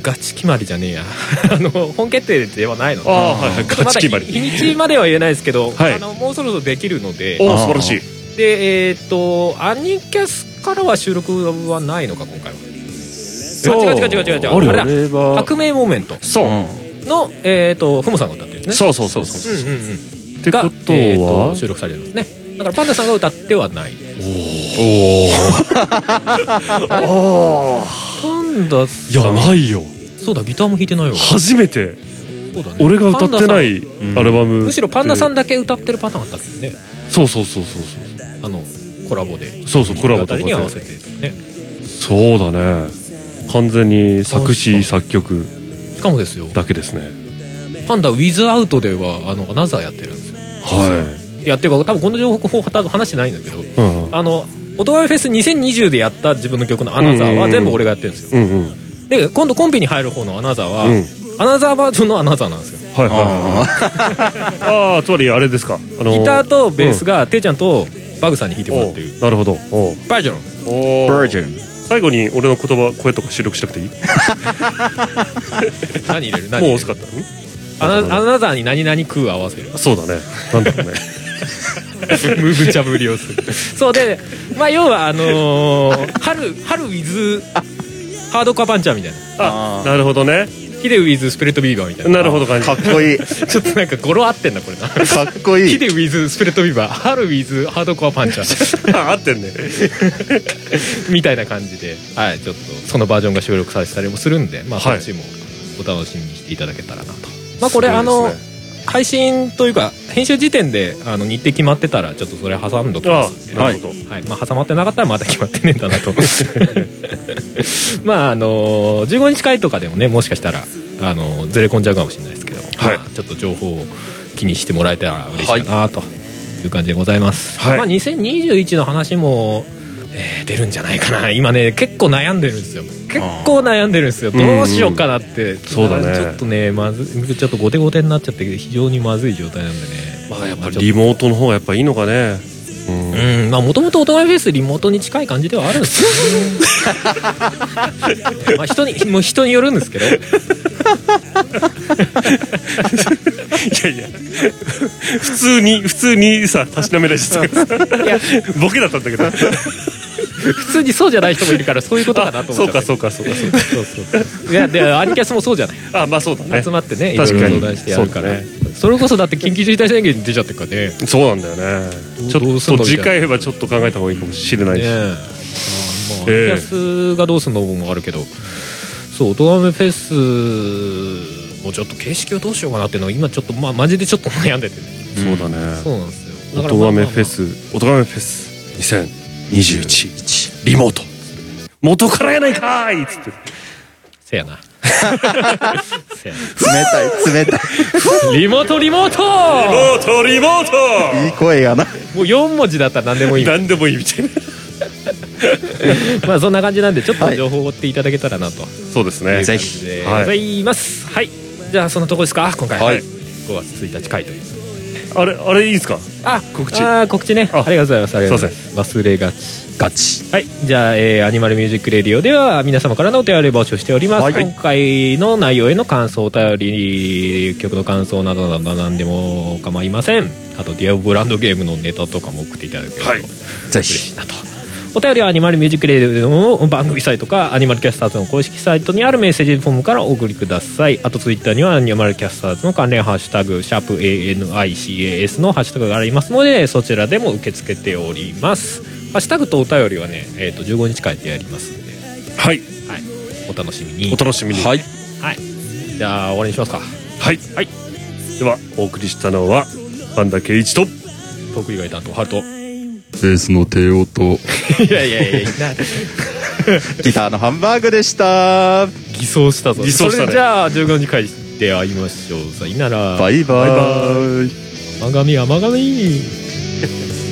[SPEAKER 1] ガチ決まりじゃねえや、 あの本決定ではないの
[SPEAKER 2] あ
[SPEAKER 1] で、
[SPEAKER 2] あ、はいはい。
[SPEAKER 1] ちょっと
[SPEAKER 2] 勝ち決
[SPEAKER 1] ま
[SPEAKER 2] ま
[SPEAKER 1] だ日
[SPEAKER 2] り。
[SPEAKER 1] にちまでは言えないですけど、
[SPEAKER 2] はい
[SPEAKER 1] あのもうそろそろできるので、
[SPEAKER 2] おお、素晴らしい。
[SPEAKER 1] で、えーっと、アニキャスからは収録はないのか、今回は。
[SPEAKER 2] う
[SPEAKER 1] あ違う違う違う違う違う、
[SPEAKER 2] あるよ
[SPEAKER 1] あれだ、
[SPEAKER 3] れは
[SPEAKER 1] 革命モーメント
[SPEAKER 2] そうう。
[SPEAKER 3] ん
[SPEAKER 1] の、えーっと、ふもさんが歌ってるんですね。
[SPEAKER 2] そうそうそうそう。
[SPEAKER 1] うんうんうん
[SPEAKER 2] ってこと
[SPEAKER 1] がえーっ
[SPEAKER 2] は
[SPEAKER 1] と、収録されるんですね。だからパンダさんが歌ってはない。
[SPEAKER 2] ああ、
[SPEAKER 1] パンダさん
[SPEAKER 2] いや、ないよ。
[SPEAKER 1] そうだギターも弾いてないわ
[SPEAKER 2] 初めて、
[SPEAKER 1] そうだね
[SPEAKER 2] 俺が歌ってな
[SPEAKER 1] パンダ
[SPEAKER 2] いアル
[SPEAKER 1] さ
[SPEAKER 2] バム。
[SPEAKER 1] んむしろパンダさん
[SPEAKER 2] で。
[SPEAKER 1] だけ歌ってるパターンあったけどね
[SPEAKER 2] そうそうそうそうそ
[SPEAKER 1] あのコラボで
[SPEAKER 2] う。そうそう、コラボと
[SPEAKER 1] 誰
[SPEAKER 2] か
[SPEAKER 1] に
[SPEAKER 2] で
[SPEAKER 1] 合わせてね
[SPEAKER 2] そうだね。完全に作詞、作曲
[SPEAKER 1] しかもですよ
[SPEAKER 2] だけですね。
[SPEAKER 1] パンダウィズアウトではあのアナザーやってるんですよ
[SPEAKER 2] はい
[SPEAKER 1] やっていうか多分この情報多分話してないんだけど
[SPEAKER 2] い。うん。
[SPEAKER 1] あの音楽フェス2020でやった自分の曲の「アナザー」
[SPEAKER 2] うんうんう
[SPEAKER 1] は
[SPEAKER 2] ん
[SPEAKER 1] 全部俺がやってるんですよ
[SPEAKER 2] うんうん。
[SPEAKER 1] で今度コンビに入る方の「アナザー」は、
[SPEAKER 2] うん
[SPEAKER 1] アナザーバージョンの「アナザー」なんですよ
[SPEAKER 2] はいはいはい。
[SPEAKER 3] あ
[SPEAKER 2] ああ、つまりあれですか。あの
[SPEAKER 1] ギターとベースが、ていちゃんとバグさんに弾いてもらってる
[SPEAKER 2] おうなるほど。おう
[SPEAKER 1] バージョン
[SPEAKER 2] お
[SPEAKER 3] ー
[SPEAKER 2] う
[SPEAKER 3] バージョン。
[SPEAKER 2] 最後に俺の言葉、声とか収録しなくていいも
[SPEAKER 1] 何入れる何入れる
[SPEAKER 2] う遅かったの
[SPEAKER 1] アナアナザーに何々空合わせる
[SPEAKER 2] そうだね。なんだろうね。
[SPEAKER 1] 無無茶ぶりをするそうでまあ要はあのー春春 with ハードカパンチャーみたいな
[SPEAKER 2] あ
[SPEAKER 3] あー
[SPEAKER 2] なるほどね。
[SPEAKER 1] ヒデ with スプレッドビーバーみたいな
[SPEAKER 2] なるほど感じ
[SPEAKER 3] か。っこいい。か
[SPEAKER 1] ちょっとなんか語呂合ってんなこれな
[SPEAKER 3] っこ い
[SPEAKER 1] ヒ
[SPEAKER 3] い。
[SPEAKER 1] デ with スプレッドビーバー春 with ハードコアパンチャ ー
[SPEAKER 2] あ合ってんね。
[SPEAKER 1] みたいな感じではいちょっとそのバージョンが収録されたりもするんでまあ
[SPEAKER 2] は
[SPEAKER 1] そ
[SPEAKER 2] い
[SPEAKER 1] っちもお楽しみにしていただけたらなと、まあこれあ
[SPEAKER 2] そう
[SPEAKER 1] の
[SPEAKER 2] ですね
[SPEAKER 1] 配信というか編集時点であの日程決まってたらちょっとそれ挟んどきま
[SPEAKER 2] あ
[SPEAKER 1] す
[SPEAKER 2] あ、なるほど。
[SPEAKER 1] はいまあ、挟まってなかったらまだ決まってねえんだな と まああのー15日会とかでもねもしかしたら、あのーずれ込んじゃうかもしれないですけど、
[SPEAKER 2] はい
[SPEAKER 1] まあちょっと情報を気にしてもらえたら嬉しいかなという感じでございます、
[SPEAKER 2] はい
[SPEAKER 1] まあ、2021の話も、えー出るんじゃないかな今ね結構悩んでるんですよ結構悩んでるんですよどうしようかなって、
[SPEAKER 2] そうだね
[SPEAKER 1] ちょっとねまずいちょっと後手後手になっちゃって非常にまずい状態なんでねまあやっぱ
[SPEAKER 2] リモートの方がやっぱいいのかね。うん。
[SPEAKER 1] うん、まあもともと大人フェスリモートに近い感じではあるんです けど、ね、まあ人にもう人によるんですけど
[SPEAKER 2] いやいや。普通に、普通にさ、たしなめられちゃったけど。
[SPEAKER 1] いや
[SPEAKER 2] ボケだったんだけど。
[SPEAKER 1] 普通にそうじゃない人もいるからそういうことかなと思
[SPEAKER 2] そ
[SPEAKER 1] っち
[SPEAKER 2] う
[SPEAKER 1] ゃ
[SPEAKER 2] か
[SPEAKER 1] った
[SPEAKER 2] そうかそうかそう
[SPEAKER 1] そうそうそういやでアニキャスもそうじゃない
[SPEAKER 2] か。あ、まあそうだね。
[SPEAKER 1] 集まってねいろい
[SPEAKER 2] 確
[SPEAKER 1] ろ
[SPEAKER 2] か
[SPEAKER 1] 相
[SPEAKER 2] に
[SPEAKER 1] 談してやるから
[SPEAKER 2] そう
[SPEAKER 1] そ,、れこそだって緊急事態宣言に出ちゃってるからねね
[SPEAKER 2] そうなんだよね。ちょ
[SPEAKER 1] どう
[SPEAKER 2] っ
[SPEAKER 1] すんの
[SPEAKER 2] と
[SPEAKER 1] みたい
[SPEAKER 2] 次
[SPEAKER 1] な
[SPEAKER 2] 回はちょっと考えた方がいいかもしれないし。
[SPEAKER 1] えまあまあアニキ
[SPEAKER 2] ええ
[SPEAKER 1] ャスがどうするのもあるけどそう大人フェスもちょっと形式をどうしようかなっていうのは今ちょっとまあマジでちょっと悩んでてね
[SPEAKER 2] そうだね。
[SPEAKER 1] そうなんですよ
[SPEAKER 2] お
[SPEAKER 1] だ
[SPEAKER 2] と
[SPEAKER 1] からまあまあ
[SPEAKER 2] がめ
[SPEAKER 1] まあ
[SPEAKER 2] フェス、おとがめフェス2021リモート。元からやないかーいっつって。
[SPEAKER 1] せやな。せん。
[SPEAKER 3] たい、冷たい。
[SPEAKER 1] リモートリモート
[SPEAKER 2] リモートリモー
[SPEAKER 3] いい声やな。
[SPEAKER 1] もう4文字だったら何でもいい
[SPEAKER 2] ト。何でもいいみたいな
[SPEAKER 1] まあそんな感じなんでちょっと
[SPEAKER 3] はい
[SPEAKER 1] 情報を追っていただけたらなと
[SPEAKER 2] そうですね
[SPEAKER 3] ぜ
[SPEAKER 1] 感じ
[SPEAKER 3] ひ。
[SPEAKER 1] で
[SPEAKER 2] はい
[SPEAKER 1] ございますはい、じゃあそんなとこですか今回
[SPEAKER 3] はい
[SPEAKER 1] 5月1日回という
[SPEAKER 2] あれあれいいですか
[SPEAKER 1] あ
[SPEAKER 2] 告知
[SPEAKER 1] あー告知ねあ
[SPEAKER 2] あ
[SPEAKER 1] りがとうございますありがとうございますす忘れがち
[SPEAKER 3] ガチ。
[SPEAKER 1] はいじゃあ、えーアニマルミュージックレディオでは皆様からのお手り募集しております、
[SPEAKER 3] はい
[SPEAKER 1] 今回の内容への感想お便り曲の感想などなど何でも構いませんあとディアブランドゲームのネタとかも送っていただけると、
[SPEAKER 2] はい
[SPEAKER 3] ぜ
[SPEAKER 1] 嬉
[SPEAKER 3] ひ
[SPEAKER 1] し。いなとお便りはアニマルミュージックレディオの番組サイトかアニマルキャスターズの公式サイトにあるメッセージフォームからお送りくださいあとツイッターにはアニマルキャスターズの関連ハッシュタグシャープ ANICAS のハッシュタグがありますのでそちらでも受け付けておりますハッシュタグとお便りはね、えー、と15日間でやりますんで、
[SPEAKER 2] はい
[SPEAKER 1] はい、お楽しみに
[SPEAKER 2] お楽しみに
[SPEAKER 3] はい。
[SPEAKER 1] はい、じゃあ終わりにしますか
[SPEAKER 2] はい、
[SPEAKER 1] はい
[SPEAKER 2] ではお送りしたのは神田圭一と
[SPEAKER 1] トーク以外担当ハルト
[SPEAKER 4] ベースの帝王と
[SPEAKER 1] いやいやいや
[SPEAKER 3] ギターのハンバーグでした。
[SPEAKER 1] 偽装したぞ
[SPEAKER 2] 偽装した
[SPEAKER 1] そ
[SPEAKER 2] ね
[SPEAKER 1] れじゃあ15日間で会いましょうさよなら
[SPEAKER 3] バイバ
[SPEAKER 2] バイ
[SPEAKER 3] イ。
[SPEAKER 1] 甘神甘神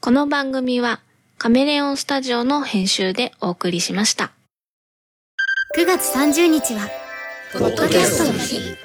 [SPEAKER 5] この番組はカメレオンスタジオの編集でお送りしました。
[SPEAKER 6] 9月30日は、ポッドキャストの日。